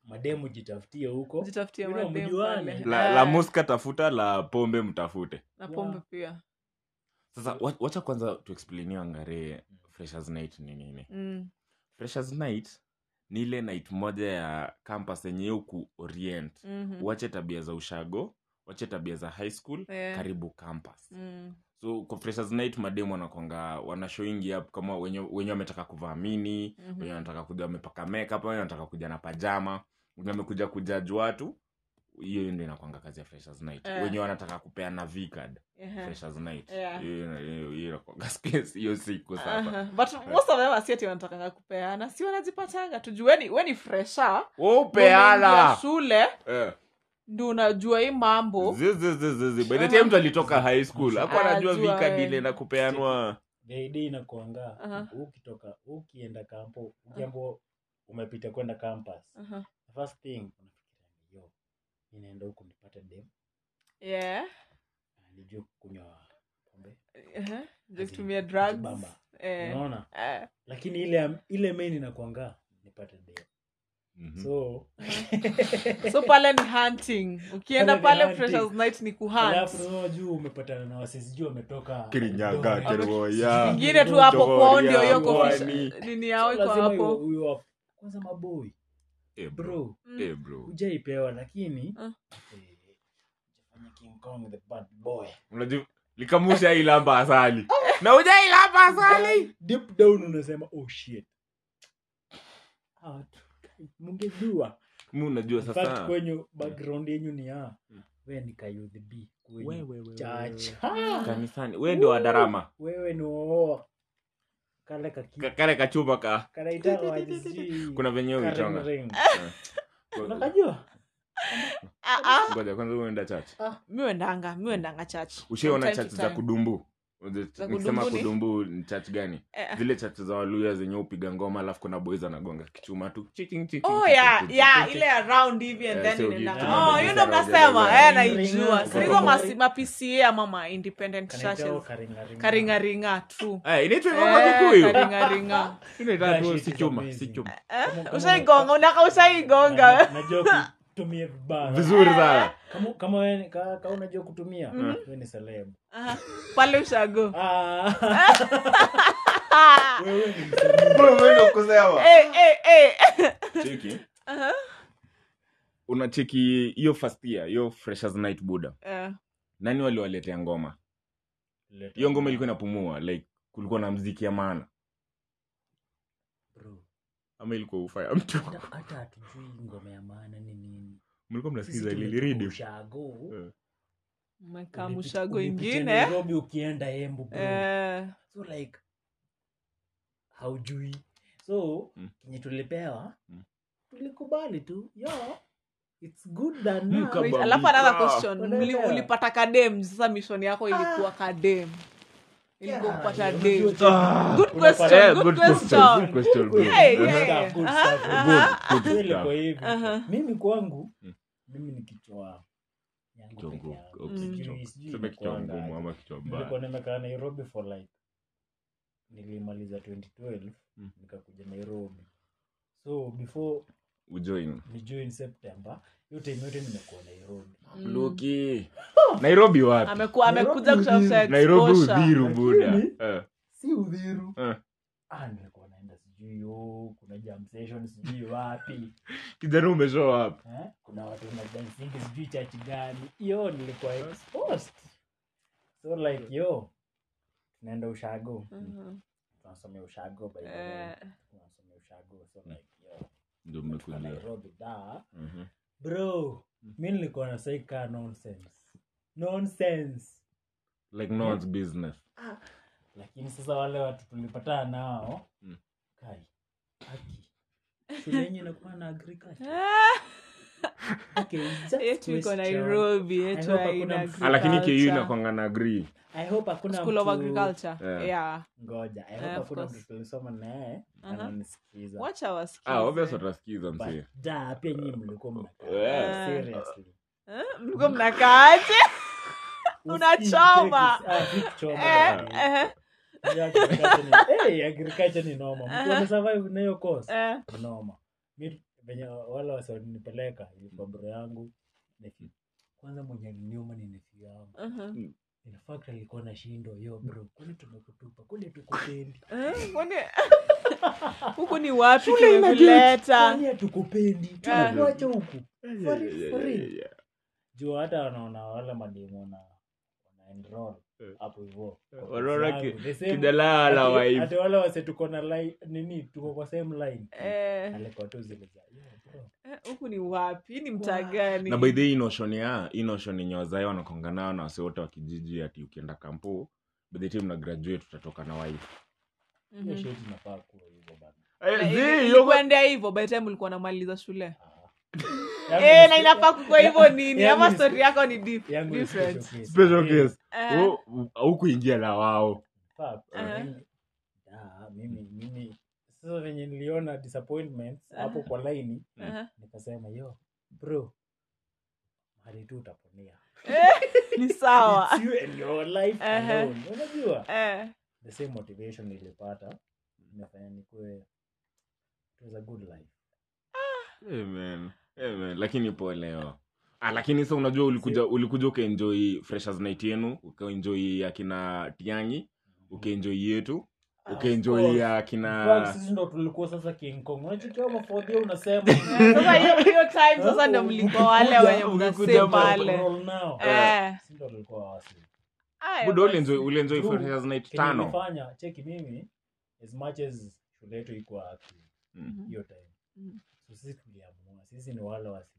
[SPEAKER 1] mademu jitafutie huko
[SPEAKER 3] jitafutie
[SPEAKER 1] Yule wa
[SPEAKER 3] mademu
[SPEAKER 1] mjuane.
[SPEAKER 3] pale.
[SPEAKER 2] la,
[SPEAKER 3] Eh,
[SPEAKER 2] la muska tafuta la pombe mtafute
[SPEAKER 3] na pombe pia
[SPEAKER 2] sasa wa- wacha kwanza tuexplainia angarie freshers night ni nini
[SPEAKER 3] Mm.
[SPEAKER 2] freshers night ni ile night moja ya campus yenye ku orient
[SPEAKER 3] Mhm.
[SPEAKER 2] wache tabia za ushago wache tabia za high school
[SPEAKER 3] Eh.
[SPEAKER 2] karibu campus
[SPEAKER 3] Mm.
[SPEAKER 2] so kwa freshers night mademu wanakwanga wanashoingi up kama wenye wenye wametaka kuvaa mini
[SPEAKER 3] Mhm.
[SPEAKER 2] wenye wanataka kuja wamepaka makeup wenye wanataka kuja na pajama wenye wamekuja kujaji watu hiyo ndio inakwanga kazi ya freshers night
[SPEAKER 3] Eh.
[SPEAKER 2] wenye wanataka kupeana vcard
[SPEAKER 3] Ehe.
[SPEAKER 2] freshers night
[SPEAKER 3] Yeah.
[SPEAKER 2] Hiyo ina- hiyo- hiyo inakwanga space hiyo siku sasa
[SPEAKER 3] Aha. but most of them asiati wanatakanga kupeana si wanajipatanga tujueni weni fresha
[SPEAKER 2] upeana
[SPEAKER 3] shule
[SPEAKER 2] Eh.
[SPEAKER 3] ndi unajua hii mambo
[SPEAKER 2] Zi- zi- zi- zi- zi. by the
[SPEAKER 3] Ama-
[SPEAKER 2] time mtu alitoka high school
[SPEAKER 3] Ah,
[SPEAKER 2] hakuwa anajua
[SPEAKER 3] Ajua,
[SPEAKER 2] vcard
[SPEAKER 3] eh.
[SPEAKER 2] ile na kupeanwa
[SPEAKER 1] gaidi inakuangaa
[SPEAKER 3] Aha.
[SPEAKER 1] ukitoka ukienda kampo ukiambo umepita kwenda campus
[SPEAKER 3] Aha.
[SPEAKER 1] the first thing unafikiria yo ninaenda huku nipate dem
[SPEAKER 3] yeah
[SPEAKER 1] nijue kunywa pombe
[SPEAKER 3] Ehe. jitumia drugs
[SPEAKER 1] Bamba.
[SPEAKER 3] Eh.
[SPEAKER 1] unaona
[SPEAKER 3] Eh.
[SPEAKER 1] lakini ile ile main inakuangaa nipate dem
[SPEAKER 2] Mhm.
[SPEAKER 1] so
[SPEAKER 3] so pale ni hunting ukienda
[SPEAKER 1] Pale ni
[SPEAKER 3] pale
[SPEAKER 1] hunting.
[SPEAKER 3] freshers night ni
[SPEAKER 1] alafu
[SPEAKER 3] kuhunt
[SPEAKER 1] sasa juu umepatana na wasisijuu wametoka
[SPEAKER 2] Kirinyaga,
[SPEAKER 1] Dodoma.
[SPEAKER 2] Keruoya.
[SPEAKER 3] ingine tu hapo
[SPEAKER 2] Jogoria,
[SPEAKER 3] kwao ndio hiyo
[SPEAKER 2] Pwani.
[SPEAKER 3] coffee- nini
[SPEAKER 1] So
[SPEAKER 3] yao iko
[SPEAKER 1] lazima iwe-
[SPEAKER 3] hapo
[SPEAKER 1] iwe wa- kwanza maboi
[SPEAKER 2] Eh, bro.
[SPEAKER 1] bro
[SPEAKER 3] Mm.
[SPEAKER 2] Eh, bro.
[SPEAKER 1] hujaipewa lakini
[SPEAKER 3] Ah.
[SPEAKER 1] eh, hujafanya King Kong the bad boy
[SPEAKER 2] Unajua, likamusha ilamba asali na ujailamba asali
[SPEAKER 1] deep down unasema oh shit Ah, tu- mungejua
[SPEAKER 2] mi unajua
[SPEAKER 1] In fact,
[SPEAKER 2] sasa Mm.
[SPEAKER 1] kwenyu background yenyu ni a we ni kayouth b kwenyu. Chacha.
[SPEAKER 2] kanisani we ndio wadarama
[SPEAKER 1] wewe ni wooa kale kaki
[SPEAKER 2] Ka- kale kachuma ka kuna venyewe uitonga Eh.
[SPEAKER 1] unakajua
[SPEAKER 3] Ah, ah.
[SPEAKER 2] ngoja kwanza uenda church
[SPEAKER 3] mi wendanga mi wendanga church From
[SPEAKER 2] ushaona
[SPEAKER 3] time
[SPEAKER 2] church
[SPEAKER 3] to
[SPEAKER 2] za
[SPEAKER 3] time.
[SPEAKER 2] kudumbu nikisema
[SPEAKER 3] kudumbuni?
[SPEAKER 2] kudumbu ni church gani
[SPEAKER 3] Eh.
[SPEAKER 2] zile church za waluya zenye upiga ngoma alafu kuna boys anagonga kichuma tu Chiking, chiking,
[SPEAKER 3] oh
[SPEAKER 2] chiking,
[SPEAKER 3] yeah
[SPEAKER 2] chiking,
[SPEAKER 3] yeah
[SPEAKER 2] chiking.
[SPEAKER 3] ile around hivi and
[SPEAKER 2] Eh,
[SPEAKER 3] then
[SPEAKER 2] so
[SPEAKER 3] inaenda-
[SPEAKER 2] you- you
[SPEAKER 3] oh you
[SPEAKER 2] know,
[SPEAKER 3] know mnasema
[SPEAKER 2] yeah,
[SPEAKER 3] eh
[SPEAKER 1] yeah.
[SPEAKER 3] naijua
[SPEAKER 1] Ringa.
[SPEAKER 3] sizo masi- ma PCA ama ma independent churches
[SPEAKER 1] karingaringa
[SPEAKER 3] karingaringa tu
[SPEAKER 2] Eh, inaitwa ngoma kikuyu
[SPEAKER 3] Eh, karingaringa
[SPEAKER 2] inaitwa tu
[SPEAKER 1] That shit
[SPEAKER 2] si
[SPEAKER 1] is
[SPEAKER 2] chuma si
[SPEAKER 1] amazing.
[SPEAKER 2] chuma
[SPEAKER 3] Eh,
[SPEAKER 1] Kama- kama-
[SPEAKER 3] ushaigonga unaka
[SPEAKER 1] Na-
[SPEAKER 3] ushaigonga
[SPEAKER 1] najua kutumia vibaya
[SPEAKER 2] vizuri sana
[SPEAKER 1] Kama- kama wewe- ka- ka unajua kutumia wewe ni celeb.
[SPEAKER 3] Aha, pale ushago
[SPEAKER 1] Ah,
[SPEAKER 3] Ah,
[SPEAKER 1] wewe ni msanii.
[SPEAKER 2] Bro, wewe ndio kusema.
[SPEAKER 3] eh, eh, eh.
[SPEAKER 2] Cheki. Uh-huh. unacheki hiyo first year hiyo freshers night buda
[SPEAKER 3] Eh,
[SPEAKER 2] nani waliwaletea ngoma hiyo ngoma ilikuwa inapumua like kulikuwa na mziki ya maana
[SPEAKER 1] Bro,
[SPEAKER 2] ama ilikuwa ufaya mtu
[SPEAKER 1] hata- hata hatujui ngoma ya maana ni nini
[SPEAKER 2] mlikuwa mnasikiza
[SPEAKER 1] Sisi
[SPEAKER 2] liliridi
[SPEAKER 1] ushago.
[SPEAKER 3] umekaa
[SPEAKER 1] Umepi-
[SPEAKER 3] mshago
[SPEAKER 1] umepitia
[SPEAKER 3] ingine
[SPEAKER 1] nairobi ukienda embu bro.
[SPEAKER 3] Eh,
[SPEAKER 2] Mm.
[SPEAKER 1] so like haujui so
[SPEAKER 2] Mm.
[SPEAKER 1] kenye tulipewa
[SPEAKER 2] Mm.
[SPEAKER 1] tulikubali tu yo it's good than
[SPEAKER 2] Mm,
[SPEAKER 1] now.
[SPEAKER 2] kaba-
[SPEAKER 3] wait, alafu another
[SPEAKER 2] Ah.
[SPEAKER 3] question Mli-
[SPEAKER 1] Unaelewa?
[SPEAKER 3] ulipata kadem sasa mission yako ilikuwa kadem ilikuwa
[SPEAKER 1] Yeah,
[SPEAKER 3] kupata
[SPEAKER 1] unajua
[SPEAKER 3] dem
[SPEAKER 1] tena.
[SPEAKER 2] Ah.
[SPEAKER 3] Good
[SPEAKER 1] Unapata-
[SPEAKER 3] question,
[SPEAKER 2] Eh,
[SPEAKER 3] good
[SPEAKER 2] good question, good
[SPEAKER 3] question.
[SPEAKER 2] question, bro.
[SPEAKER 3] Hey, Uh-huh,
[SPEAKER 1] Good
[SPEAKER 3] yeah,
[SPEAKER 2] Eh,
[SPEAKER 1] stuff, good
[SPEAKER 3] yeah.
[SPEAKER 1] stuff.
[SPEAKER 3] Aha,
[SPEAKER 2] good, good
[SPEAKER 1] Kweli
[SPEAKER 2] stuff.
[SPEAKER 1] kwa hivi
[SPEAKER 3] Aha.
[SPEAKER 1] mimi kwangu
[SPEAKER 2] Mm.
[SPEAKER 1] mimi ni kichwa yangu
[SPEAKER 2] Kichwa
[SPEAKER 1] peke
[SPEAKER 2] ngumu,
[SPEAKER 1] yangu.
[SPEAKER 2] okay,
[SPEAKER 3] Mm.
[SPEAKER 1] Sijui-
[SPEAKER 2] kichwa-
[SPEAKER 1] sijui
[SPEAKER 2] tuseme kichwa
[SPEAKER 1] ilikuwanga
[SPEAKER 2] ngumu
[SPEAKER 1] aje.
[SPEAKER 2] ama kichwa
[SPEAKER 1] nilikuwa
[SPEAKER 2] mbaya
[SPEAKER 1] nimekaa nairobi for like nilimaliza 2012
[SPEAKER 2] Mm.
[SPEAKER 1] nikakuja nairobi so before
[SPEAKER 2] ujoin
[SPEAKER 1] nijoin september hiyo time yote nimekuwa nairobi
[SPEAKER 3] Mm.
[SPEAKER 2] luki nairobi wapi Mm,
[SPEAKER 3] amekuwa amekuja kutafuta
[SPEAKER 2] nairobi
[SPEAKER 3] exposure
[SPEAKER 2] udhiru buda
[SPEAKER 1] Lakini-
[SPEAKER 2] Eh,
[SPEAKER 1] si udhiru
[SPEAKER 2] Eh.
[SPEAKER 1] ah, nilikuwa naenda sijui yo kuna jam session sijui wapi
[SPEAKER 2] kijana umeshow wapi
[SPEAKER 1] eh? kuna watu wanadansingi sijui chachi gani hiyo nilikuwa exposed so like yo tunaenda ushago
[SPEAKER 3] Mhm.
[SPEAKER 1] tunasomea ushago by the way
[SPEAKER 3] Eh,
[SPEAKER 1] tunasomea ushago so like yo
[SPEAKER 2] ndio
[SPEAKER 1] kwa
[SPEAKER 2] mmekuja
[SPEAKER 1] nairobi da
[SPEAKER 2] Mhm.
[SPEAKER 1] bro mi nilikuwa nasaika nonsense nonsense
[SPEAKER 2] like no one's business
[SPEAKER 1] lakini sasa wale watu tulipatana nao
[SPEAKER 2] Mm.
[SPEAKER 1] kai haki shule yenye inakuwa na agriculture
[SPEAKER 3] ah,
[SPEAKER 1] okay, it's just
[SPEAKER 3] yetu iko
[SPEAKER 1] question. I
[SPEAKER 3] nairobi yetu
[SPEAKER 1] hope
[SPEAKER 3] haina
[SPEAKER 1] hakuna-
[SPEAKER 2] Ah, lakini kiu
[SPEAKER 3] agriculture.
[SPEAKER 2] inakwanga na agree
[SPEAKER 1] I hope hakuna
[SPEAKER 3] school of
[SPEAKER 1] mtu-
[SPEAKER 3] agriculture
[SPEAKER 2] Yeah.
[SPEAKER 3] yeah
[SPEAKER 1] ngoja I
[SPEAKER 3] Eh,
[SPEAKER 1] hope
[SPEAKER 3] of
[SPEAKER 1] hakuna
[SPEAKER 3] course.
[SPEAKER 1] mtu tulisoma naye
[SPEAKER 3] Aha.
[SPEAKER 1] ananisikiza
[SPEAKER 3] watch our skills,
[SPEAKER 2] ah obvious
[SPEAKER 3] eh.
[SPEAKER 2] watasikiza
[SPEAKER 1] But
[SPEAKER 2] msee
[SPEAKER 1] da pia nyinyi mlikuwa mnakaa
[SPEAKER 2] Eh.
[SPEAKER 1] seriously
[SPEAKER 3] Eh, mlikuwa mnakaaje
[SPEAKER 1] ah,
[SPEAKER 3] Unachoma. Eh,
[SPEAKER 1] unachomaagriculture
[SPEAKER 3] eh,
[SPEAKER 1] ni noma mtu
[SPEAKER 3] Aha.
[SPEAKER 1] amesurvive nayo course
[SPEAKER 3] eh.
[SPEAKER 1] noma mi venye wale wasionipeleka ilikuwa bro yangu nephew. kwanza mwenye aliniuma ni nephew yangu
[SPEAKER 3] Uh-huh.
[SPEAKER 1] in fact alikuwa na shindo yo bro kwani tumekutupa kule tukupendi
[SPEAKER 3] Eh, kwani- huku ni wapi
[SPEAKER 2] Shule ina
[SPEAKER 3] tumekuleta
[SPEAKER 1] kwani hatukupendi
[SPEAKER 3] Ah.
[SPEAKER 1] tunakuacha huku For it, for it.
[SPEAKER 2] Yeah.
[SPEAKER 1] juu hata wanaona wale madimu na wana enroll hapo hivo
[SPEAKER 2] Eh, wanaona ki-
[SPEAKER 1] Eh,
[SPEAKER 2] kidalala wahivi
[SPEAKER 1] hata wale wase tuko na line- nini tuko kwa same line
[SPEAKER 3] Eh,
[SPEAKER 1] alikuwa tu zile za "Yo, bro,
[SPEAKER 3] eh, huku ni wapi ni mtaa gani
[SPEAKER 2] na baidhi hii noshoni ya hii noshon yenye wazae wanakonga nayo na wasewote wa kijiji ati ukienda kampu bidhitim na graduate utatoka na wife Eh,
[SPEAKER 3] Mhm. Eh,
[SPEAKER 1] hiyo shit inafaa kuwa hivo bana
[SPEAKER 3] Na
[SPEAKER 1] eh,
[SPEAKER 3] ili-
[SPEAKER 2] Zii,
[SPEAKER 3] ili
[SPEAKER 2] yoko-
[SPEAKER 3] kuendea hivyo by the time ulikuwa namaliza shule
[SPEAKER 1] Yangu
[SPEAKER 3] Eh,
[SPEAKER 1] ni-
[SPEAKER 3] na inafaa kukua hivyo nini
[SPEAKER 1] Yangu
[SPEAKER 3] ama
[SPEAKER 1] ni-
[SPEAKER 3] story yako ni deep-
[SPEAKER 1] yangu ni
[SPEAKER 3] different.
[SPEAKER 1] special case.
[SPEAKER 2] special case
[SPEAKER 3] Eh,
[SPEAKER 2] Hu- haukuingia la wao
[SPEAKER 1] Fuck,
[SPEAKER 3] Eh.
[SPEAKER 1] mimi- Ah, mimi mimi sasa venye niliona disappointments
[SPEAKER 3] Eh.
[SPEAKER 1] hapo kwa laini
[SPEAKER 3] eh.
[SPEAKER 1] nikasema yo bro mahali tu utaponia
[SPEAKER 3] Eh, ni sawa
[SPEAKER 1] It's you and your life
[SPEAKER 3] Eh, eh.
[SPEAKER 1] alone. unajua
[SPEAKER 3] Eh,
[SPEAKER 1] the same motivation nilipata imefanya nikuwe it was a good life
[SPEAKER 2] Eh, Amen. Amen. lakini poelewa Ah, lakini sa unajua ulikuja ulikuja ukaenjoi freshers night yenu ukaenjoi akina tiangi
[SPEAKER 1] Mm-hmm.
[SPEAKER 2] ukaenjoi yetu
[SPEAKER 1] Ah,
[SPEAKER 2] ukaenjoi
[SPEAKER 1] Fuck,
[SPEAKER 2] akina
[SPEAKER 1] sisi ndo tulikuwa sasa King Kong. Unachukia mafodhia unasema
[SPEAKER 3] sasa hiyo- hiyo time sasa ndo mlikuwa wale wenye
[SPEAKER 2] Ulikuja-
[SPEAKER 3] mnasema
[SPEAKER 2] ulikuja
[SPEAKER 3] pale
[SPEAKER 1] Roll now.
[SPEAKER 3] Eh.
[SPEAKER 1] Sisi ndo tulikuwa wasee.
[SPEAKER 3] Aya,
[SPEAKER 2] budo
[SPEAKER 3] basi.
[SPEAKER 2] ulienjoi ulienjoi freshers night
[SPEAKER 1] Kenye
[SPEAKER 2] tano
[SPEAKER 1] nilifanya, cheki mimi as much as shule yetu ikuwa active
[SPEAKER 2] Mm.
[SPEAKER 1] hiyo time
[SPEAKER 3] Mhm.
[SPEAKER 1] so sisi tuliamua sisi ni wale wasi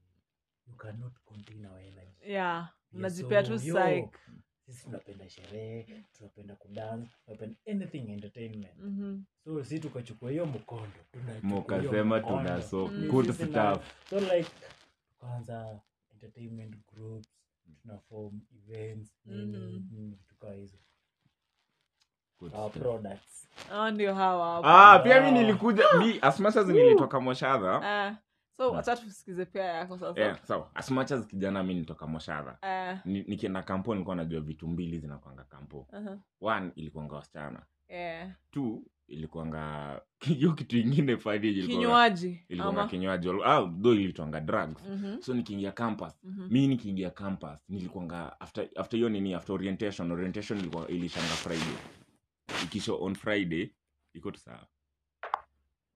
[SPEAKER 1] you cannot contain our energy
[SPEAKER 3] Yeah,
[SPEAKER 1] Yes,
[SPEAKER 3] mnajipea
[SPEAKER 1] so,
[SPEAKER 3] Eh, tu
[SPEAKER 1] yo,
[SPEAKER 3] psych.
[SPEAKER 1] sisi tunapenda sherehe tunapenda kudance tunapenda anything entertainment
[SPEAKER 3] Mhm.
[SPEAKER 1] so si tukachukua hiyo mkondo tunachukua hiyo
[SPEAKER 2] mukasema
[SPEAKER 1] mkondo.
[SPEAKER 2] tunaso
[SPEAKER 3] Mm.
[SPEAKER 2] good
[SPEAKER 1] Sisi
[SPEAKER 2] stuff
[SPEAKER 1] so like kwanza entertainment groups tuna form events nini,
[SPEAKER 3] Mhm.
[SPEAKER 1] nini, vitu kaa hizo
[SPEAKER 2] Good
[SPEAKER 1] our
[SPEAKER 2] stuff.
[SPEAKER 1] products
[SPEAKER 3] Hao ndio hawa hapo.
[SPEAKER 2] ah pia mi
[SPEAKER 1] Ah.
[SPEAKER 2] nilikuja mi as much as nilitoka moshadha
[SPEAKER 3] Ah, so wacha tusikize pia yako sasa
[SPEAKER 2] yeah, sawa as much as kijana mi nilitoka moshadha
[SPEAKER 3] Ah,
[SPEAKER 2] Ni- nikienda kampo nilikuwa najua vitu mbili zinakwanga kampo
[SPEAKER 3] aha,
[SPEAKER 2] one ilikuanga wasichana
[SPEAKER 3] Uh-huh. yeah.
[SPEAKER 2] two ilikuanga hiyo kitu ingine fani yenye ilikuwanga-
[SPEAKER 3] kinywaji
[SPEAKER 2] ilikuwanga
[SPEAKER 3] ama
[SPEAKER 2] kinywaji ah, though ilitwanga drugs
[SPEAKER 3] Mhm,
[SPEAKER 2] so nikiingia campus
[SPEAKER 3] mhm.
[SPEAKER 2] mi nikiingia campus nilikuanga after after hiyo nini after orientation orientation ilikuwa ilishanga friday ikisha on friday iko tu sawa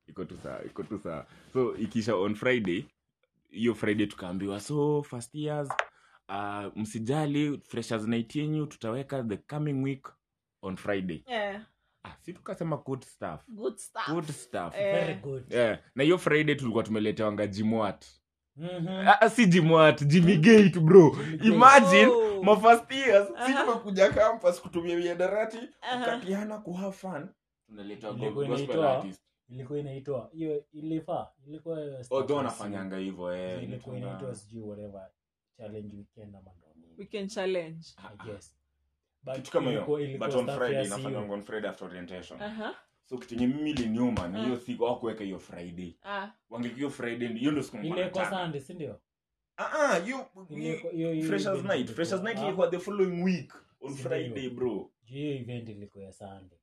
[SPEAKER 2] iko tu sawa iko tu sawa so ikisha on friday hiyo friday tukaambiwa so first years uh, msijali freshers night yenyu tutaweka the coming week on friday
[SPEAKER 3] Yeah,
[SPEAKER 2] ah, si tukasema good stuff
[SPEAKER 3] good stuff.
[SPEAKER 2] good stuff
[SPEAKER 3] Eh.
[SPEAKER 1] very good
[SPEAKER 2] yeah. na hiyo friday tulikuwa tumeletewanga jimwat
[SPEAKER 1] Mhm.
[SPEAKER 2] Ah, ah, si jimwat jimigate bro imagine
[SPEAKER 3] Oh.
[SPEAKER 2] my first years si
[SPEAKER 3] Aha.
[SPEAKER 2] tumekuja campus kutumia miadarati
[SPEAKER 3] Aha.
[SPEAKER 2] kukatiana kuhave fun tunaleta
[SPEAKER 1] Ilikuwa
[SPEAKER 2] go- gospel
[SPEAKER 1] inaitwa-
[SPEAKER 2] artist.
[SPEAKER 1] ilikuwa inaitwa hiyo ilifaa ilikuwa
[SPEAKER 2] although Oh, wanafanyanga hivyo eh,
[SPEAKER 1] ilikuwa
[SPEAKER 2] inaitwa-
[SPEAKER 1] inaitwa sijui whatever challenge weekend ama ndo nini,
[SPEAKER 3] Weekend challenge.
[SPEAKER 2] Ah, ah.
[SPEAKER 1] I guess But
[SPEAKER 2] kitu kama
[SPEAKER 1] ilikuwa-
[SPEAKER 2] hiyo
[SPEAKER 1] ilikuwa
[SPEAKER 2] but on
[SPEAKER 1] staff
[SPEAKER 2] friday
[SPEAKER 1] ya CU.
[SPEAKER 2] inafanyanga on friday after orientation
[SPEAKER 3] Aha,
[SPEAKER 2] so kitu yenye mimi liniuma ni
[SPEAKER 3] Ah.
[SPEAKER 2] hiyo siku hawakuweka hiyo friday
[SPEAKER 3] ah,
[SPEAKER 2] wangekuwa hiyo friday hiyo ndo siku nilikuwa
[SPEAKER 1] Ile iko
[SPEAKER 2] nataka.
[SPEAKER 1] Sunday, si ndio?
[SPEAKER 2] Ah, ah, hiyo- hiyo-
[SPEAKER 1] Ile- hiyo- hiyo
[SPEAKER 2] freshers
[SPEAKER 1] event
[SPEAKER 2] night freshers night
[SPEAKER 1] Ah,
[SPEAKER 2] ilikuwa the following week on
[SPEAKER 1] Si
[SPEAKER 2] friday
[SPEAKER 1] ndio?
[SPEAKER 2] bro
[SPEAKER 1] juu hiyo event ilikuwa ya Sunday.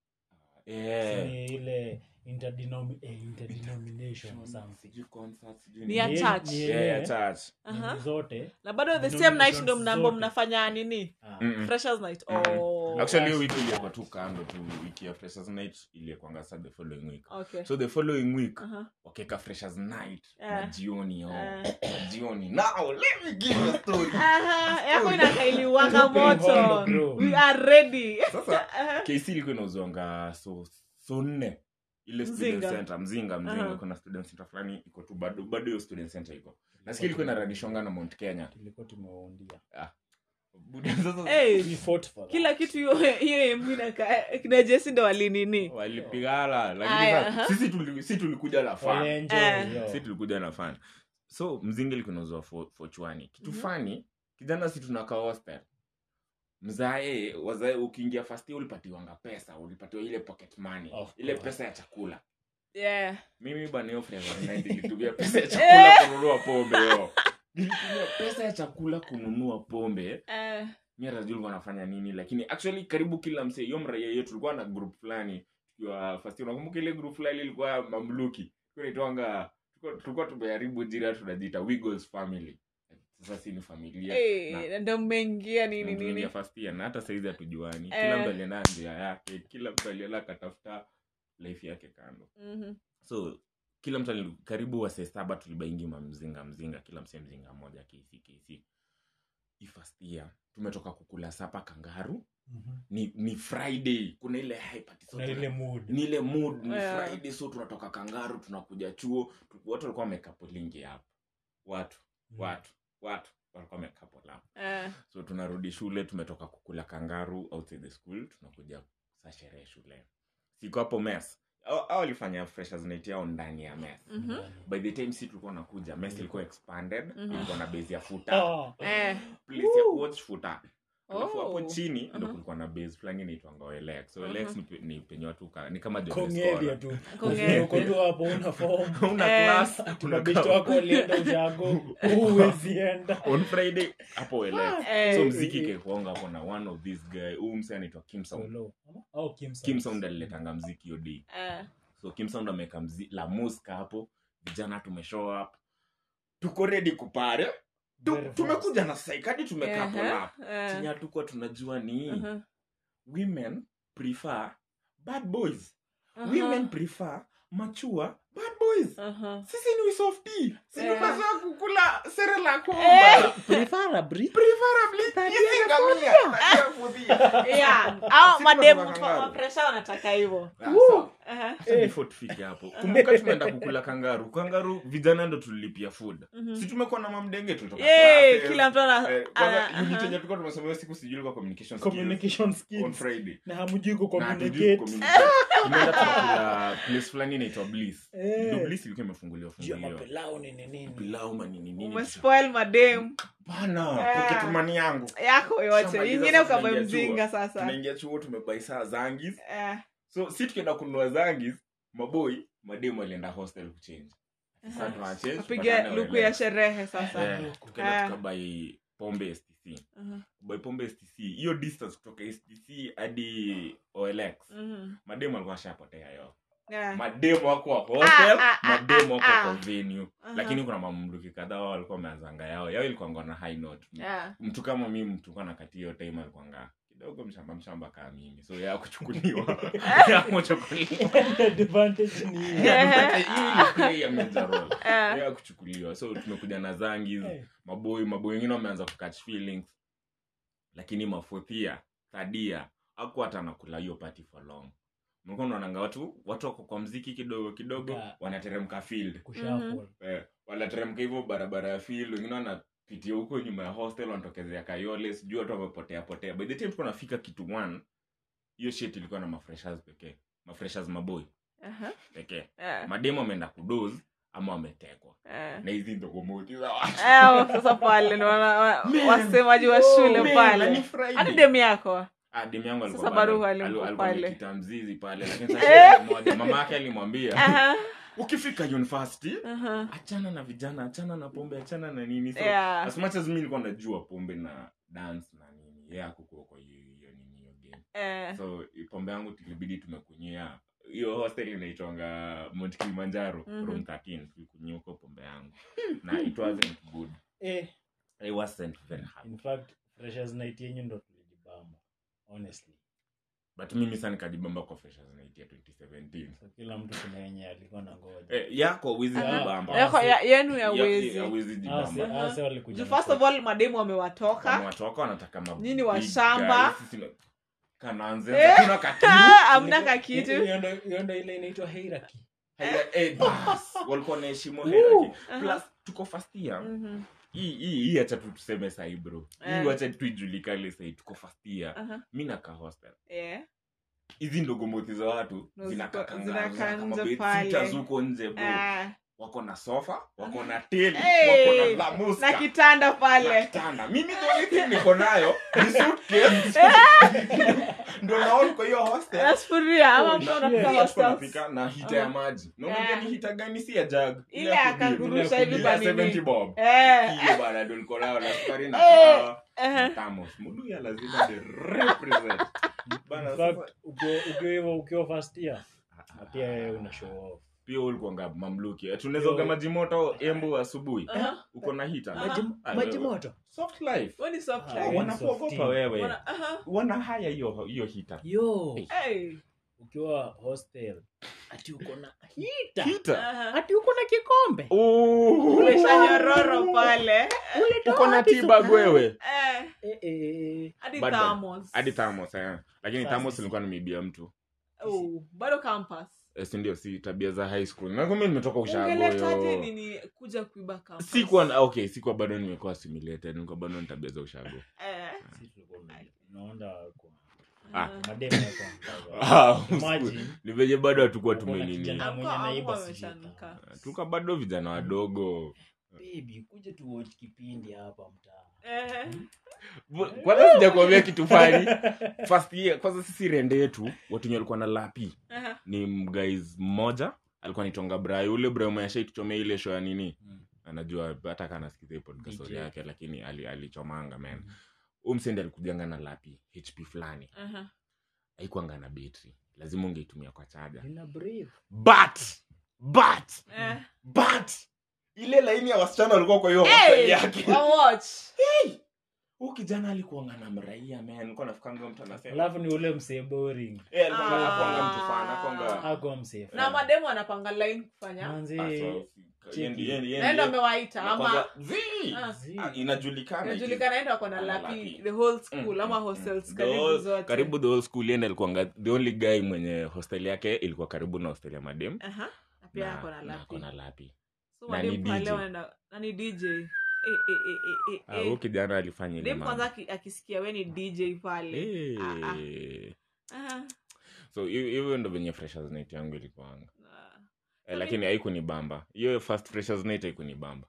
[SPEAKER 1] Si
[SPEAKER 2] eh
[SPEAKER 1] ni ile interdenomi- eh, interdenomination or something.
[SPEAKER 2] sijui concert sijui
[SPEAKER 3] Ni ya
[SPEAKER 2] nini.
[SPEAKER 1] Ni-
[SPEAKER 3] church. Uh-huh.
[SPEAKER 1] ni
[SPEAKER 2] Yeah, ya
[SPEAKER 1] ile-
[SPEAKER 2] church
[SPEAKER 3] aha.
[SPEAKER 1] ni zote
[SPEAKER 3] na bado the same night
[SPEAKER 1] Denominations
[SPEAKER 3] ndo mnaambo
[SPEAKER 1] zote.
[SPEAKER 3] mnafanya nini
[SPEAKER 1] ah,
[SPEAKER 2] Mm-mm.
[SPEAKER 3] freshers night
[SPEAKER 2] Mm.
[SPEAKER 3] oh.
[SPEAKER 2] actually hiyo wiki ilikuwa tu kando tu wiki ya freshers night ilikwanga sa the following week
[SPEAKER 3] okay.
[SPEAKER 2] so the following week
[SPEAKER 3] Aha,
[SPEAKER 2] wakeka freshers night na
[SPEAKER 3] Eh.
[SPEAKER 2] jioni yo
[SPEAKER 3] Eh.
[SPEAKER 2] na jioni now let me give you a story
[SPEAKER 3] aha, yako inakailiwanga moto
[SPEAKER 1] Bro.
[SPEAKER 3] we are ready Eh,
[SPEAKER 2] sasa
[SPEAKER 3] Aha.
[SPEAKER 2] kc ilikuwa inauzwanga so so nne ile student
[SPEAKER 3] Mzinga. Uh-huh.
[SPEAKER 2] center mzinga mzinga
[SPEAKER 3] Aha.
[SPEAKER 2] kuna student center fulani iko tu bado bado hiyo student center iko nasikia ilikuwa inaranishwanga na mount kenya
[SPEAKER 1] tulikuwa tumewaundia.
[SPEAKER 2] Buda, sasa
[SPEAKER 1] We
[SPEAKER 3] hey,
[SPEAKER 1] fought for that.
[SPEAKER 3] kila kitu hiyo hiyo emu inakaa- kina jesi ndo walinini
[SPEAKER 2] walipigana lakini
[SPEAKER 3] Aya,
[SPEAKER 2] sasa
[SPEAKER 3] aha.
[SPEAKER 2] sisi tuli- sisi tulikuja na fan
[SPEAKER 1] Walienjoy,
[SPEAKER 3] Eh.
[SPEAKER 1] yo.
[SPEAKER 2] si tulikuja na fan so mzinga likunozwa fochuani kitu
[SPEAKER 3] Mhm.
[SPEAKER 1] Mm-hmm.
[SPEAKER 2] fani kijana si tunakaa hostel mzae wazae ukiingia fast year ulipatiwanga pesa ulipatiwa ile pocket money
[SPEAKER 1] Of
[SPEAKER 2] ile
[SPEAKER 1] course.
[SPEAKER 2] pesa ya chakula
[SPEAKER 3] yeah.
[SPEAKER 2] mimi bana hiyo Flavor Night nilitumia pesa ya chakula kununua pombe yo. nilitumia pesa ya chakula kununua pombe
[SPEAKER 3] eh,
[SPEAKER 2] mi hata sijui walikuwa wanafanya nini lakini actually karibu kila msee hiyo mraia yetu tulikuwa na group fulani tukiwa first year. unakumbuka ile group fulani ilikuwa mamluki Tulikuwa inaitwanga tulikuwa- tulikuwa tumeharibu jira tunajiita wiggles family sasa si ni familia na-
[SPEAKER 3] Eh, na ndo mmeingia nini
[SPEAKER 2] Tunaingia
[SPEAKER 3] nini
[SPEAKER 2] first year na hata saizi hatujuani
[SPEAKER 3] Eh.
[SPEAKER 2] kila mtu alienda na njia yake kila mtu alienda akatafuta life yake kando
[SPEAKER 3] Mhm.
[SPEAKER 2] so kila mtu ali- karibu wasee saba tulibaingi mamzinga mzinga kila msee mzinga moja kc kc first year tumetoka kukula sapa kangaru ni, ni friday kuna ile hypati so
[SPEAKER 1] Mm-hmm. na
[SPEAKER 2] tuna-
[SPEAKER 1] ile mood
[SPEAKER 2] ni ile mood ni
[SPEAKER 3] Yeah.
[SPEAKER 2] friday so tunatoka kangaru tunakuja chuo tu- watu walikuwa wamekapolingi hapa watu
[SPEAKER 1] Mm.
[SPEAKER 2] watu watu walikuwa wamekapol hapa
[SPEAKER 3] Eh,
[SPEAKER 2] so tunarudi shule tumetoka kukula kangaru outside the school tunakuja sa sherehe shule siku hapo mes au walifanya freshers night yao ndani ya mes
[SPEAKER 1] Mm-hmm.
[SPEAKER 3] mhm.
[SPEAKER 2] by the time si tulikuwa nakuja mes ilikuwa expanded
[SPEAKER 3] Mhm.
[SPEAKER 2] ilikuwa na base ya futa
[SPEAKER 1] Ah.
[SPEAKER 3] Eh,
[SPEAKER 2] place ya coach futa Mm. alafu hapo
[SPEAKER 3] oh. Uh-huh.
[SPEAKER 2] chini ndo
[SPEAKER 3] Aha.
[SPEAKER 2] kulikuwa na base fulani inaitwanga olex so
[SPEAKER 3] Aha.
[SPEAKER 2] olex ni pe- ni penye watu ka- ni kama Johannes
[SPEAKER 1] kongeria
[SPEAKER 2] Kora.
[SPEAKER 1] tu
[SPEAKER 3] Kongeria.
[SPEAKER 1] uko tu hapo una form
[SPEAKER 2] una
[SPEAKER 3] Eh.
[SPEAKER 2] class
[SPEAKER 1] kuna
[SPEAKER 2] unakaa-
[SPEAKER 1] bishi wako alienda ushago huwezienda
[SPEAKER 2] on friday hapo olex
[SPEAKER 3] Eh,
[SPEAKER 2] so mziki kekuonga hapo na one of this guy huyu mse anaitwa kimsound
[SPEAKER 1] Mm. au Kim Sound.
[SPEAKER 2] kim sound aliletanga mziki hiyo day
[SPEAKER 3] eh,
[SPEAKER 2] so kim sound ameweka mzi- la muska hapo vijana tumeshow up tuko redi kupare Tu-
[SPEAKER 1] Very fast.
[SPEAKER 2] tumekuja na saikadi tumekaa
[SPEAKER 3] Aha,
[SPEAKER 2] hapo hapo.
[SPEAKER 3] eh, uh-huh.
[SPEAKER 2] chenye hatukuwa tunajua ni
[SPEAKER 3] aha,
[SPEAKER 2] women prefer bad boys
[SPEAKER 3] aha,
[SPEAKER 2] Uh-huh. women prefer machua bad boys
[SPEAKER 3] aha.
[SPEAKER 2] sisi ni softi
[SPEAKER 3] Eh.
[SPEAKER 2] sinipasa kukula
[SPEAKER 3] Eh.
[SPEAKER 2] serelakomba
[SPEAKER 3] Yeah, hao
[SPEAKER 2] Sisi
[SPEAKER 3] mademu
[SPEAKER 2] tunataka
[SPEAKER 3] tu-
[SPEAKER 2] kangaroo.
[SPEAKER 3] mapresha wanataka hivyo Aha,
[SPEAKER 2] Sasa before tufike hapo kumbuka tumeenda kukula kangaru kangaru vijana ndo tulilipia food
[SPEAKER 3] mhm.
[SPEAKER 2] si tumekuwa na mamdenge tulitoka
[SPEAKER 3] Yay,
[SPEAKER 2] classes.
[SPEAKER 3] kila ah, uh-huh. mtu ana-
[SPEAKER 2] Eh,
[SPEAKER 3] ana-
[SPEAKER 2] kwanza unit
[SPEAKER 3] aha.
[SPEAKER 2] yenye tulikuwa tumesoma hiyo siku sijui ilikuwa communication skills
[SPEAKER 1] Communication
[SPEAKER 2] on
[SPEAKER 1] skills
[SPEAKER 2] friday
[SPEAKER 1] na hamjui ku
[SPEAKER 2] Na hatujui
[SPEAKER 1] communicate
[SPEAKER 2] kucommunicate. Tumeenda tunakula place fulani inaitwa bliss
[SPEAKER 1] Eh.
[SPEAKER 2] Ndio bliss ilikuwa imefunguliwa
[SPEAKER 1] Juu ya
[SPEAKER 2] funguliwa
[SPEAKER 1] mapilau nini nini
[SPEAKER 2] pilau manini nini
[SPEAKER 3] umespoil mademu
[SPEAKER 2] bana
[SPEAKER 3] Eh.
[SPEAKER 2] pocket money yangu
[SPEAKER 3] yako yote
[SPEAKER 2] Shamba
[SPEAKER 3] ingine
[SPEAKER 2] hizo
[SPEAKER 3] ukaba
[SPEAKER 2] tunaingia
[SPEAKER 3] mzinga sasa
[SPEAKER 2] tunaingia chuo tumebai saa zangis
[SPEAKER 3] Eh,
[SPEAKER 2] so si tukienda kununua zangis maboi mademu alienda hostel kuchange
[SPEAKER 3] Aha.
[SPEAKER 2] sasa tunachange
[SPEAKER 3] upige Ah, luku ya sherehe sasa
[SPEAKER 2] Eh, tukaenda
[SPEAKER 3] Eh.
[SPEAKER 2] tukabai pombe stc
[SPEAKER 3] Mhm,
[SPEAKER 2] by pombe stc hiyo distance kutoka stc hadi olx
[SPEAKER 3] mhm.
[SPEAKER 2] mademu alikuwa ashapotea yo
[SPEAKER 3] Yeah.
[SPEAKER 2] mademu wako wa hostel
[SPEAKER 3] Ah, ah, ah,
[SPEAKER 2] mademu wako
[SPEAKER 3] ah,
[SPEAKER 2] kwa
[SPEAKER 3] ah.
[SPEAKER 2] venue
[SPEAKER 3] Aha.
[SPEAKER 2] lakini kuna mamluki kadhaa wao walikuwa wameanzanga yao yao ilikuwa ngona high note
[SPEAKER 3] Yeah.
[SPEAKER 2] mtu kama mimi mtu kwa nakati hiyo time alikuanga kidogo mshamba mshamba kaa mimi so ya kuchukuliwa ya kuchukuliwa
[SPEAKER 1] And advantage ni hiyo.
[SPEAKER 3] Yeah.
[SPEAKER 2] Hiyo ni play ya major role.
[SPEAKER 3] Eh,
[SPEAKER 2] ya kuchukuliwa so tumekuja na zangi
[SPEAKER 1] Eh,
[SPEAKER 2] maboi maboi wengine wameanza kucatch feelings lakini mafothia thadia aku hata anakula hiyo party for long mlikuwa unaonanga watu watu wako kwa mziki kidogo kidogo
[SPEAKER 1] Yeah.
[SPEAKER 2] wanateremka field
[SPEAKER 3] Mm-hmm.
[SPEAKER 1] kushuffle.
[SPEAKER 2] eh, wanateremka hivyo barabara ya field wengine wanapitia huko nyuma ya hostel wanatokezea kayole sijui watu wamepotea potea by the time tuko nafika kitu one hiyo shit ilikuwa na mafreshers pekee mafreshers maboi
[SPEAKER 3] aha,
[SPEAKER 2] pekee
[SPEAKER 3] eh,
[SPEAKER 2] mademu ameenda kudoz ama wametekwa
[SPEAKER 3] eh.
[SPEAKER 2] na hizi ndogomoti za watu
[SPEAKER 3] Eh, sasa pale ndo wana- wa-
[SPEAKER 2] Man. oh,
[SPEAKER 3] wasemaji wa shule
[SPEAKER 2] Man, ni
[SPEAKER 3] pale
[SPEAKER 2] Friday.
[SPEAKER 3] hadi demu yako
[SPEAKER 2] Ah, demu yangu alikuwa
[SPEAKER 3] Sasa
[SPEAKER 2] bado-
[SPEAKER 3] Baruhu
[SPEAKER 2] alu-
[SPEAKER 3] alikuwa
[SPEAKER 2] alikuwa
[SPEAKER 3] pale.
[SPEAKER 2] amekita mzizi pale lakini sasa moja mama yake alimwambia
[SPEAKER 3] Aha,
[SPEAKER 2] ukifika university
[SPEAKER 3] aha.
[SPEAKER 2] achana na vijana achana na pombe achana na nini so,
[SPEAKER 3] Yeah.
[SPEAKER 2] as much as mi nilikuwa najua pombe na dance na nini yeye hakukuwa kwa hiyo hiyo nini hiyo game
[SPEAKER 3] Eh,
[SPEAKER 2] so pombe yangu tulibidi tumekunywia hiyo hostel inaitwanga mount kilimanjaro
[SPEAKER 3] Mhm.
[SPEAKER 2] room 13 tulikunywa huko pombe yangu na it wasn't good
[SPEAKER 1] Eh,
[SPEAKER 2] it wasn't very happy
[SPEAKER 1] in fact, freshers night yenyu ndo tulijibamba honestly
[SPEAKER 2] but mimi sana nikajibamba kwa freshers night ya 2017
[SPEAKER 1] so kila mtu kuna wenye alikuwa na ngoja
[SPEAKER 2] Eh, yako awezi
[SPEAKER 3] Aha.
[SPEAKER 2] jibamba
[SPEAKER 1] Yeah,
[SPEAKER 3] yako ya- Ah, yenu ya
[SPEAKER 2] Ya- ya
[SPEAKER 3] wezi
[SPEAKER 2] awezi
[SPEAKER 1] Ase-
[SPEAKER 2] jibamba
[SPEAKER 1] ase walikuja
[SPEAKER 3] Ju-
[SPEAKER 1] na
[SPEAKER 3] first of all mademu
[SPEAKER 2] Kama
[SPEAKER 3] wamewatoka
[SPEAKER 2] watu wako wanataka ma-
[SPEAKER 3] Nyinyi wa
[SPEAKER 2] big
[SPEAKER 3] shamba.
[SPEAKER 2] guys, sisi tuna- kanaanze
[SPEAKER 3] Eh.
[SPEAKER 2] tuna katili.
[SPEAKER 3] Ah, hamna
[SPEAKER 1] Ilikuwa-
[SPEAKER 3] kakitu
[SPEAKER 1] hiyo ndo- hiyo ndo ile inaitwa hierarchy
[SPEAKER 2] Haya, eh, bas, walikuwa wanaheshimu
[SPEAKER 1] Woo.
[SPEAKER 2] hierarchy.
[SPEAKER 3] Aha.
[SPEAKER 2] Plus, tuko first year
[SPEAKER 3] Mhm,
[SPEAKER 2] hii hii hii acha tu tuseme sahi bro
[SPEAKER 3] Eh.
[SPEAKER 2] hii wacha tuijulikane sahi tuko first year
[SPEAKER 3] aha,
[SPEAKER 2] mi nakaa hostel
[SPEAKER 3] Uh-huh. yeah.
[SPEAKER 2] hizi ndogomoti za watu
[SPEAKER 3] No,
[SPEAKER 2] zinakaa
[SPEAKER 3] ziko-
[SPEAKER 2] kanga-
[SPEAKER 3] zinakaa
[SPEAKER 2] zinakaa kama
[SPEAKER 3] nje
[SPEAKER 2] bed
[SPEAKER 3] pale.
[SPEAKER 2] sitters huko nje bro
[SPEAKER 3] Ah,
[SPEAKER 2] wako na sofa wako na teli
[SPEAKER 3] Hey.
[SPEAKER 2] wako na lamuska
[SPEAKER 3] Eh. na kitanda
[SPEAKER 2] Na
[SPEAKER 3] pale
[SPEAKER 2] kitanda. mimi the only thing niko nayo ni suitcase.
[SPEAKER 3] Eh.
[SPEAKER 2] ndo naona kwa hiyo hostel
[SPEAKER 3] na sufuria ama
[SPEAKER 1] Oh,
[SPEAKER 3] mtu
[SPEAKER 1] shit.
[SPEAKER 3] anapika
[SPEAKER 2] Kila siku
[SPEAKER 3] hostels.
[SPEAKER 2] napika na hita ya
[SPEAKER 3] Aha.
[SPEAKER 2] maji naonajua
[SPEAKER 3] Yeah.
[SPEAKER 2] ni hita gani si ya jag
[SPEAKER 3] ile akangurusha hivi
[SPEAKER 2] Ile ya
[SPEAKER 3] kwa nini
[SPEAKER 2] 70 bob
[SPEAKER 3] Eh,
[SPEAKER 2] hiyo bana ndo niko nayo na sukari na
[SPEAKER 3] Eh.
[SPEAKER 2] kahawa
[SPEAKER 3] Eh.
[SPEAKER 2] Tamos. Muluya lazima ni represent. Bana,
[SPEAKER 1] In
[SPEAKER 2] sasa- Ah,
[SPEAKER 1] fact, ukiwa- ukiwa hivyo ukiwa first year na pia wewe una show off
[SPEAKER 2] pia ulikuanga mamluki Eh, tunaweza oga maji moto embu asubuhi
[SPEAKER 3] Aha.
[SPEAKER 2] uko na hita
[SPEAKER 3] Maji-
[SPEAKER 2] Ah,
[SPEAKER 1] maji
[SPEAKER 2] wewe.
[SPEAKER 1] moto
[SPEAKER 2] soft life
[SPEAKER 3] Wewe ni soft
[SPEAKER 1] Ah,
[SPEAKER 2] Ah,
[SPEAKER 3] life.
[SPEAKER 1] wewe-
[SPEAKER 2] wanakuogopa wewe
[SPEAKER 3] Wana- aha.
[SPEAKER 2] wana haya hiyo hiyo hita
[SPEAKER 1] yo
[SPEAKER 3] uh-huh. Hey.
[SPEAKER 1] ukiwa hostel ati uko na hita
[SPEAKER 2] hita
[SPEAKER 3] Aha.
[SPEAKER 1] ati uko na kikombe
[SPEAKER 2] Oh.
[SPEAKER 3] umeshanyororo pale
[SPEAKER 2] uko na tibag wewe
[SPEAKER 3] Eh,
[SPEAKER 1] Eh, eh, eh.
[SPEAKER 3] hadi
[SPEAKER 2] Bad boy.
[SPEAKER 3] thermos.
[SPEAKER 2] hadi tamos eh. lakini
[SPEAKER 1] Sasa.
[SPEAKER 2] tamos ilikuwa nimeibia mtu
[SPEAKER 3] Oh, bado campus
[SPEAKER 2] Eh, si ndio si tabia za high school nakumi nimetoka
[SPEAKER 3] ungeletaje
[SPEAKER 2] ushago
[SPEAKER 3] nini kuja kuiba campus?
[SPEAKER 2] sikuwa okay sikuwa bado nimekuwa assimilated nilikuwa bado ni tabia za ushago
[SPEAKER 3] Eh,
[SPEAKER 1] Sisi tulikuwa tuna- tunaonda kwa
[SPEAKER 2] Ah.
[SPEAKER 3] eh.
[SPEAKER 1] mademu ya kwanza.
[SPEAKER 2] Ah,
[SPEAKER 1] Imagine.
[SPEAKER 2] ni venye bado hatukuwa
[SPEAKER 1] Uko na
[SPEAKER 2] tumenini
[SPEAKER 1] kijana. Mm. mwenye
[SPEAKER 3] Hakuwa-
[SPEAKER 1] naiba
[SPEAKER 3] hakuwa
[SPEAKER 1] sijui
[SPEAKER 3] ameshanuka.
[SPEAKER 2] tuka bado vijana wadogo
[SPEAKER 1] Baby, kuja tu watch kipindi hapa mtaa
[SPEAKER 3] Eh,
[SPEAKER 2] Bu- kwanza sijakuambia kitu fani first year kwanza sisi rende yetu watu wenye walikuwa na lapi
[SPEAKER 3] aha.
[SPEAKER 2] ni mgais mmoja alikuwa nitonga brai ule brai mwenye ashaituchomea ile show ya nini
[SPEAKER 1] Mm.
[SPEAKER 2] anajua hata kaa nasikiza hii podcast
[SPEAKER 1] DJ. Mm.
[SPEAKER 2] story yake lakini ali- alichomanga men huu msendi alikujanga na lapi hp fulani
[SPEAKER 3] Aha.
[SPEAKER 2] aikwanga na betri lazima ungeitumia kwa chaja
[SPEAKER 1] Nina breathe.
[SPEAKER 2] but but
[SPEAKER 3] Eh.
[SPEAKER 2] but ile laini ya wasichana walikuwa kwa hiyo
[SPEAKER 3] Hey,
[SPEAKER 2] WhatsApp yake
[SPEAKER 3] wa watch.
[SPEAKER 2] huu kijana alikuanga na mraia men kwa nafikanga mtu anasema
[SPEAKER 1] alafu ni ule msee boring
[SPEAKER 2] Eh, alikuwa
[SPEAKER 3] Ah.
[SPEAKER 2] anakuanga mtu fan, anakuanga-
[SPEAKER 1] ako msee
[SPEAKER 3] na mademu wanapanga line kufanya
[SPEAKER 2] Ah, so,
[SPEAKER 1] manzee
[SPEAKER 2] yendi- yendi- yendi-
[SPEAKER 3] naenda amewaita ama
[SPEAKER 2] anakuanga- Zii!
[SPEAKER 3] Ah.
[SPEAKER 1] zii.
[SPEAKER 2] Ah, inajulikana
[SPEAKER 3] najulikana enda wako na
[SPEAKER 2] Ana
[SPEAKER 3] lapi
[SPEAKER 2] lapi.
[SPEAKER 3] the whole school
[SPEAKER 2] Mm,
[SPEAKER 3] ama
[SPEAKER 2] mm,
[SPEAKER 3] hostels
[SPEAKER 2] mm.
[SPEAKER 3] karibu
[SPEAKER 2] Those-
[SPEAKER 3] zote
[SPEAKER 2] karibu the whole school yenda alikuanga the only guy mwenye hostel yake ilikuwa karibu na hostel ya madem
[SPEAKER 3] Aha. na pia ako na lapi
[SPEAKER 2] na lapi
[SPEAKER 3] so
[SPEAKER 2] na ni
[SPEAKER 3] mademu pale
[SPEAKER 2] DJ.
[SPEAKER 3] wanaenda na ni dj Eh, eh, eh, eh, eh,
[SPEAKER 2] Ah,
[SPEAKER 3] eh.
[SPEAKER 2] huyu kijana alifanya ile
[SPEAKER 3] dem kwanza
[SPEAKER 2] mambo.
[SPEAKER 3] aki- akisikia we ni dj pale
[SPEAKER 2] Eh.
[SPEAKER 3] Ah, Aha.
[SPEAKER 2] so hiyo hiyo ndo venye freshers night yangu ilikuanga
[SPEAKER 3] Ah.
[SPEAKER 2] eh,
[SPEAKER 3] Mimi-
[SPEAKER 2] lakini haikunibamba hiyo first freshers night haikunibamba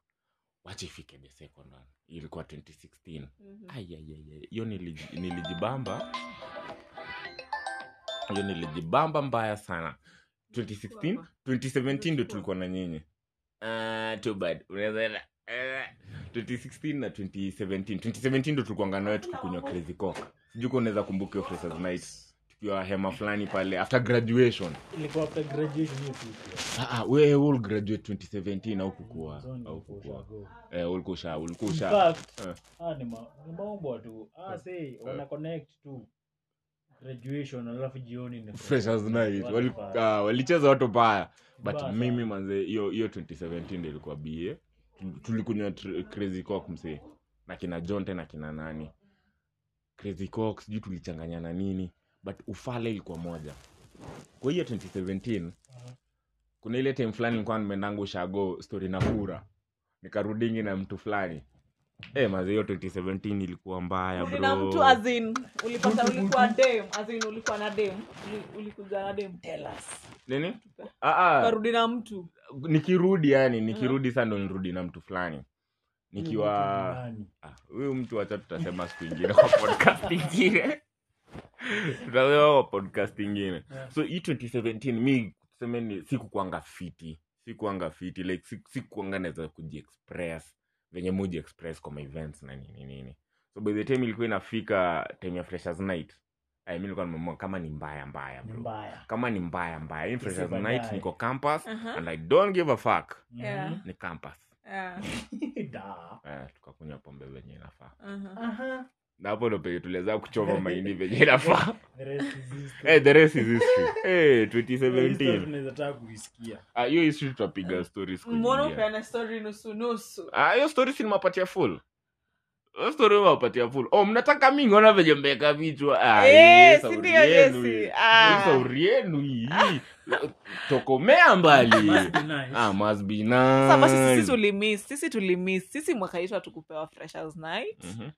[SPEAKER 2] wacha ifike the second one ilikuwa 2016
[SPEAKER 3] Mhm.
[SPEAKER 2] Ai, ai, ai, ai. hiyo niliji- nilijibamba hiyo nilijibamba mbaya sana 2016 2017 ndio tulikuwa na nyinyi Ah, too bad unaweza enda. Ah, 2016 na 2017 2017 ndo tulikuanga nawe tukikunywa crazy coke sijui kuwa unaweza kumbuka hiyo freshers night tukiwa hema fulani pale after graduation
[SPEAKER 1] ilikuwa after graduation hiyo kitu.
[SPEAKER 2] Ah, ah, wewe ul graduate 2017 au kukua
[SPEAKER 1] So ni
[SPEAKER 2] au kukua
[SPEAKER 1] kushago.
[SPEAKER 2] eh ulikusha
[SPEAKER 1] In
[SPEAKER 2] ulikusha
[SPEAKER 1] fact,
[SPEAKER 2] Eh.
[SPEAKER 1] ah, ni ma- ni maumbo tu Ah, say, wana connect tu graduation alafu jioni ni
[SPEAKER 2] freshers night
[SPEAKER 1] What
[SPEAKER 2] Wali-
[SPEAKER 1] the fuck?
[SPEAKER 2] ah, walicheza watu baya but
[SPEAKER 1] Baya
[SPEAKER 2] mimi
[SPEAKER 1] sana.
[SPEAKER 2] manze hiyo hiyo 2017 ndio ilikuwa ba Tu- tulikunywa tr- crazy coke msee na kina john tena kina nani crazy coke sijui tulichanganyana nini but ufala ilikuwa moja kwa hiyo 2017 kuna ile time fulani nilikuwa nimendangu ushago story na kura nikarudingi na mtu fulani eh maze hiyo 2017 ilikuwa mbaya
[SPEAKER 3] Uli na
[SPEAKER 2] bro
[SPEAKER 3] mtu azin ulipata ulikuwa dem azin ulikuwa na dem Uli- ulikuja na dem
[SPEAKER 1] Tell us.
[SPEAKER 2] nini ah, ah.
[SPEAKER 3] karudi na mtu
[SPEAKER 2] nikirudi yani nikirudi saa ndo nirudi na mtu fulani
[SPEAKER 1] Huyu Mm. mtu
[SPEAKER 2] nikiwa
[SPEAKER 1] ni nani?
[SPEAKER 2] Ah, huyu mtu wacha tutasema siku ingine kwa podcast ingine tutasema kwa podcast ingine
[SPEAKER 1] Yeah.
[SPEAKER 2] so hii 2017 mi tuseme sikukwanga fiti sikuanga fiti like siku- sikukwanga naweza kujiexpress venye mujiexpress kwa maevents na nini nini so by the time ilikuwa inafika time ya freshers night I nilikuwa nimeamua kama ni mbaya mbaya
[SPEAKER 1] Ni
[SPEAKER 2] bro
[SPEAKER 1] mbaya
[SPEAKER 2] kama ni mbaya mbaya Hii freshers
[SPEAKER 1] Isibadae.
[SPEAKER 2] night niko campus
[SPEAKER 3] Aha.
[SPEAKER 2] and i don't give a fuck
[SPEAKER 3] Yeah.
[SPEAKER 1] Mhm.
[SPEAKER 2] ni campus
[SPEAKER 3] Ah,
[SPEAKER 1] Mm-hmm. Da.
[SPEAKER 2] eh, tukakunywa pombe venye inafaa
[SPEAKER 3] Ah, aha.
[SPEAKER 1] Aha.
[SPEAKER 2] na hapo ndo penye tuliweza kuchoma mahindi venye inafaa
[SPEAKER 1] The rest is history.
[SPEAKER 2] Eh, the rest is history Eh,
[SPEAKER 1] Hiyo story
[SPEAKER 2] 2017
[SPEAKER 1] tunaweza taka kuisikia.
[SPEAKER 2] Ah, hiyo history tutapiga story siku
[SPEAKER 3] mbona
[SPEAKER 2] nyingine.
[SPEAKER 3] upeana stori nusunusu
[SPEAKER 2] Ah, hiyo story si nimewapatia full Hiyo story nimewapatia full oh mnataka mi ngona venye mmeweka vichwa Ah,
[SPEAKER 3] Eh,
[SPEAKER 2] yeye,
[SPEAKER 3] si
[SPEAKER 2] sauri
[SPEAKER 3] ndio,
[SPEAKER 2] yenu
[SPEAKER 3] Jesse?
[SPEAKER 2] hii.
[SPEAKER 3] Ah.
[SPEAKER 2] Hii sauri yenu hii tokomea mbali
[SPEAKER 1] Must be nice.
[SPEAKER 2] ah, must be
[SPEAKER 3] Sasa basi sisi
[SPEAKER 2] nice.
[SPEAKER 3] tulimiss sisi tulimiss sisi mwaka yetu hatukupewa freshers night
[SPEAKER 2] Mhm.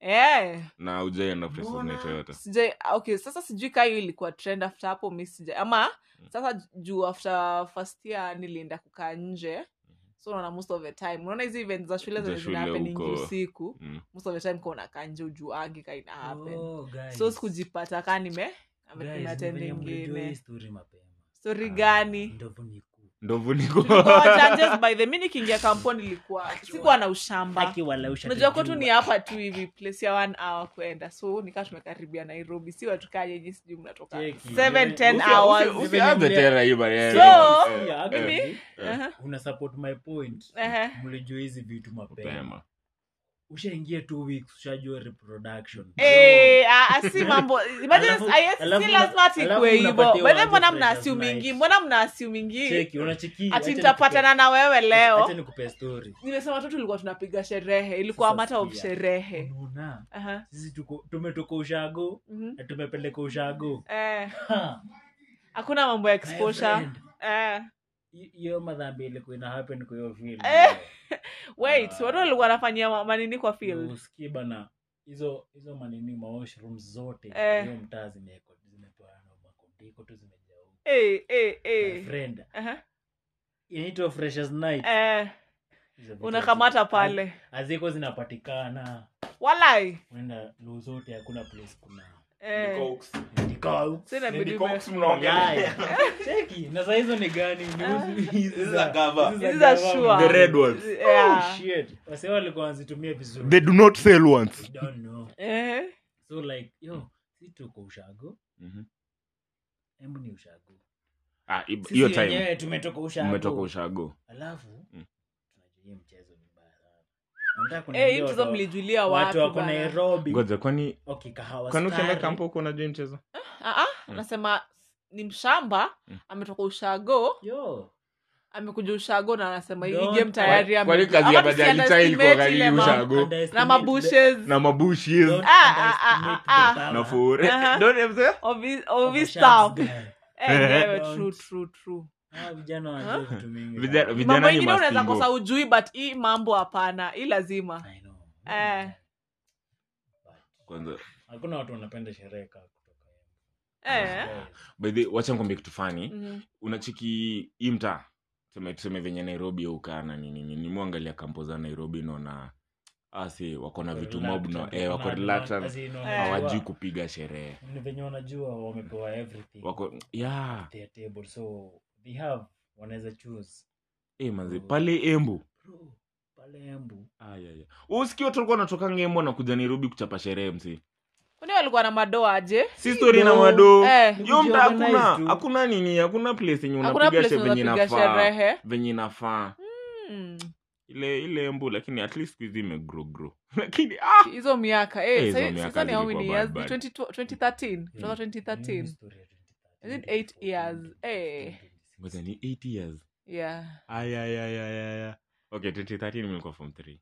[SPEAKER 3] eh
[SPEAKER 2] na ujaenda freshers night yoyote
[SPEAKER 3] sijai okay sasa sijui kaa hiyo ilikuwa trend after hapo mi sija ama
[SPEAKER 2] Mm.
[SPEAKER 3] sasa juu after first year nilienda kukaa nje so unaona most of the time unaona hizi event za shule
[SPEAKER 2] Mm-hmm. Za
[SPEAKER 3] zenye
[SPEAKER 2] shule
[SPEAKER 3] zinahapeningi
[SPEAKER 2] huko.
[SPEAKER 3] usiku
[SPEAKER 2] Mm.
[SPEAKER 3] most of the time ka unakaa nje ujuangi ka ina happen
[SPEAKER 1] Oh, guys.
[SPEAKER 3] so sikujipata kaa nime
[SPEAKER 1] Guys,
[SPEAKER 3] ameatend
[SPEAKER 1] mwenye mlijua hii
[SPEAKER 3] ingine
[SPEAKER 1] story mapema.
[SPEAKER 3] stori
[SPEAKER 2] Ah,
[SPEAKER 3] gani
[SPEAKER 1] Ndovu ni kuu.
[SPEAKER 2] ndovu
[SPEAKER 3] Tulikuwa
[SPEAKER 2] niko
[SPEAKER 3] wajudges by the mi nikiingia kamponi ilikuwa sikuwa na ushamba
[SPEAKER 1] Haki walausha
[SPEAKER 3] unajua kwetu
[SPEAKER 1] tujua.
[SPEAKER 3] ni hapa tu hivi place ya one hour kuenda so nikaa tumekaribia nairobi si watukajeji sijui mnatoka
[SPEAKER 1] Cheki.
[SPEAKER 3] Seven, ten
[SPEAKER 1] Usi-
[SPEAKER 3] hours.
[SPEAKER 1] usi-
[SPEAKER 2] usianze tena hii
[SPEAKER 3] So, uh-huh.
[SPEAKER 2] maneno
[SPEAKER 1] Yeah,
[SPEAKER 2] Eh,
[SPEAKER 1] mimi-
[SPEAKER 2] eh, eh,
[SPEAKER 3] Aha.
[SPEAKER 1] una support my point
[SPEAKER 3] Ehe.
[SPEAKER 1] mlijua hizi vitu mapema
[SPEAKER 2] mapema.
[SPEAKER 1] ushaingia two weeks ushajua reproduction
[SPEAKER 3] Eh, ah, ah, si mambo imagine
[SPEAKER 1] Alafu-
[SPEAKER 3] I- si
[SPEAKER 1] alafu-
[SPEAKER 3] lazima
[SPEAKER 1] alafu
[SPEAKER 3] ati ikuwe hivyo.
[SPEAKER 1] unapatia
[SPEAKER 3] By the way, mbona
[SPEAKER 1] watu fresh
[SPEAKER 3] mnaasiumingi
[SPEAKER 1] night.
[SPEAKER 3] mbona mnaasiumingi
[SPEAKER 1] Cheki, unacheki, acha
[SPEAKER 3] ati
[SPEAKER 1] nikupe-
[SPEAKER 3] nitapatana na wewe
[SPEAKER 1] acha
[SPEAKER 3] leo
[SPEAKER 1] nikupe story
[SPEAKER 3] nimesema tu tulikuwa tunapiga sherehe ilikuwa
[SPEAKER 1] Sasa
[SPEAKER 3] matter of
[SPEAKER 1] sikia.
[SPEAKER 3] sherehe
[SPEAKER 1] unaona
[SPEAKER 3] Aha,
[SPEAKER 1] sisi tuko- tumetoka ushago
[SPEAKER 3] mhm.
[SPEAKER 1] na tumepeleka ushago
[SPEAKER 3] Eh,
[SPEAKER 1] Ha,
[SPEAKER 3] hakuna mambo ya
[SPEAKER 1] My
[SPEAKER 3] exposure
[SPEAKER 1] friend.
[SPEAKER 3] Eh,
[SPEAKER 1] hi- hiyo madhambi ilikuwa ina happen kwa hiyo film
[SPEAKER 3] Eh. wait
[SPEAKER 1] Ah.
[SPEAKER 3] watu walikuwa wanafanyia ma- manini kwa field
[SPEAKER 1] usikie bana hizo hizo manini mawashroom zote
[SPEAKER 3] Eh.
[SPEAKER 1] hiyo mtaa zimeko zimepeana makondiko tu zimejaa
[SPEAKER 3] Eh, eh, eh.
[SPEAKER 1] friend
[SPEAKER 3] Aha,
[SPEAKER 1] inaitwa freshers night
[SPEAKER 3] eh,
[SPEAKER 1] Hizo vitu
[SPEAKER 3] unakamata
[SPEAKER 1] hazi-
[SPEAKER 3] pale
[SPEAKER 1] haziko zinapatikana
[SPEAKER 3] walai
[SPEAKER 1] unaenda luu zote hakuna place kuna
[SPEAKER 3] Eh,
[SPEAKER 1] Nikau.
[SPEAKER 3] so inabidi
[SPEAKER 2] Niko-
[SPEAKER 3] ume-
[SPEAKER 2] mnaongelea.
[SPEAKER 1] Cheki, na saa hizo ni gani Ni
[SPEAKER 3] Ah.
[SPEAKER 1] hizi- hizi
[SPEAKER 2] Hizi
[SPEAKER 1] za-
[SPEAKER 2] za cover.
[SPEAKER 1] hizi za
[SPEAKER 3] Hizi
[SPEAKER 1] cover.
[SPEAKER 3] za sure. Ah.
[SPEAKER 2] The red ones.
[SPEAKER 1] Oh,
[SPEAKER 3] Eh, Yeah.
[SPEAKER 1] shit. Wasee walikuwa wanazitumia vizuri
[SPEAKER 2] They do not sell ones.
[SPEAKER 1] We don't know.
[SPEAKER 3] Eh,
[SPEAKER 1] so like yo si tuko ushago hebu ni ushago
[SPEAKER 2] Mm-hmm. Ah, i-
[SPEAKER 1] Sisi
[SPEAKER 2] hiyo time
[SPEAKER 1] wenyewe tumetoka ushago
[SPEAKER 2] umetoka ushago
[SPEAKER 1] alafu
[SPEAKER 2] Mm.
[SPEAKER 1] tunajua mchezo ni mbaya sana. Nataka
[SPEAKER 3] eh, hii
[SPEAKER 1] kuniambia
[SPEAKER 3] mchezo
[SPEAKER 1] watu-
[SPEAKER 3] mlijulia
[SPEAKER 1] watu
[SPEAKER 3] watu
[SPEAKER 1] wako
[SPEAKER 3] bana.
[SPEAKER 1] nairobi Oh,
[SPEAKER 2] ngoja kwani
[SPEAKER 1] okay kahawa
[SPEAKER 2] kwani ukienda
[SPEAKER 1] Sukari.
[SPEAKER 2] kampo uko unajua mchezo
[SPEAKER 3] Ah, ah,
[SPEAKER 2] Mm.
[SPEAKER 3] anasema ni mshamba
[SPEAKER 2] Mm.
[SPEAKER 3] ametoka ushago
[SPEAKER 1] yo
[SPEAKER 3] amekuja ushago na anasema hii
[SPEAKER 1] Don't-
[SPEAKER 3] game tayari
[SPEAKER 2] Kwa-
[SPEAKER 3] ame-
[SPEAKER 2] kwani kazi
[SPEAKER 3] Ama
[SPEAKER 2] ya bajali chai ilikuwa
[SPEAKER 3] tusiunderestimate
[SPEAKER 2] kali
[SPEAKER 3] ile ma-
[SPEAKER 2] ushago?
[SPEAKER 3] na
[SPEAKER 1] Underestimate
[SPEAKER 3] mabushes
[SPEAKER 2] na mabushi
[SPEAKER 1] the- don't
[SPEAKER 3] Ah, ah, ah,
[SPEAKER 1] underestimate
[SPEAKER 3] ah,
[SPEAKER 1] the
[SPEAKER 3] ah.
[SPEAKER 1] power
[SPEAKER 2] na fure
[SPEAKER 3] Aha.
[SPEAKER 2] Don't have the-
[SPEAKER 3] Obvi-
[SPEAKER 1] of a
[SPEAKER 3] obvious
[SPEAKER 1] sharks
[SPEAKER 3] stuff.
[SPEAKER 1] guy.
[SPEAKER 3] Eh, wewe,
[SPEAKER 1] Don't.
[SPEAKER 3] true, true, true.
[SPEAKER 1] Ah, vijana wanajua vitu mingi
[SPEAKER 2] Vijana-
[SPEAKER 1] sana.
[SPEAKER 2] vij-
[SPEAKER 3] mambo
[SPEAKER 2] ni
[SPEAKER 3] ingine unaweza
[SPEAKER 2] mastingo.
[SPEAKER 3] kosa ujui but hii mambo hapana hii lazima
[SPEAKER 1] I know.
[SPEAKER 3] Eh.
[SPEAKER 1] But,
[SPEAKER 2] kwanza
[SPEAKER 1] hakuna watu wanapenda sherehe kaa kutoka
[SPEAKER 3] eh.
[SPEAKER 2] by the wacha ngombe kitu fani
[SPEAKER 3] Mhm.
[SPEAKER 2] unachiki hii mtaa tuseme tuseme venye nairobi aukaa na nini nini mwangalia kampo za nairobi naona asi wako na vitu mob na eh, wako reluctant hawajui kupiga sherehe
[SPEAKER 1] ni venye wanajua wamepewa everything
[SPEAKER 2] wako ya
[SPEAKER 1] their table so they have wanaweza choose
[SPEAKER 2] eh, manzi pale embu
[SPEAKER 1] Bro, pale embu
[SPEAKER 2] Ah, uski watu walikuwa wanatoka ngembo na kuja nairobi kuchapa sherehe msi
[SPEAKER 3] kwani walikuwa na madoa aje
[SPEAKER 2] si stori na
[SPEAKER 1] No.
[SPEAKER 2] mado
[SPEAKER 3] Eh.
[SPEAKER 2] yo mta hakuna
[SPEAKER 1] Kujiorganize tu.
[SPEAKER 2] hakuna nini hakuna place yenye
[SPEAKER 3] hakuna
[SPEAKER 2] Oh, unapiga
[SPEAKER 3] place
[SPEAKER 2] sherehe venye
[SPEAKER 3] unaweza piga
[SPEAKER 2] inafaa
[SPEAKER 3] sherehe
[SPEAKER 2] venye inafaa
[SPEAKER 3] Hmm.
[SPEAKER 2] ile ile embu lakini at least hizi imegrow grow lakini ah
[SPEAKER 3] hizo miaka
[SPEAKER 2] Eh,
[SPEAKER 3] eh,
[SPEAKER 2] hizo
[SPEAKER 3] sa-
[SPEAKER 2] miaka
[SPEAKER 3] sasa ni how
[SPEAKER 2] zilikuwa
[SPEAKER 3] many
[SPEAKER 2] bad,
[SPEAKER 3] years? Ni
[SPEAKER 2] bad. Hmm.
[SPEAKER 3] 22 2013 Kutoka
[SPEAKER 1] Hiyo
[SPEAKER 3] 2013
[SPEAKER 1] ni story ya 2013,
[SPEAKER 3] Is it eight
[SPEAKER 1] 2014,
[SPEAKER 3] years?
[SPEAKER 1] 2015,
[SPEAKER 3] Eh.
[SPEAKER 1] 2016.
[SPEAKER 2] ngoja ni 8 years
[SPEAKER 3] yeah
[SPEAKER 2] Ah, ayayayayaya okay 2013 nilikuwa form 3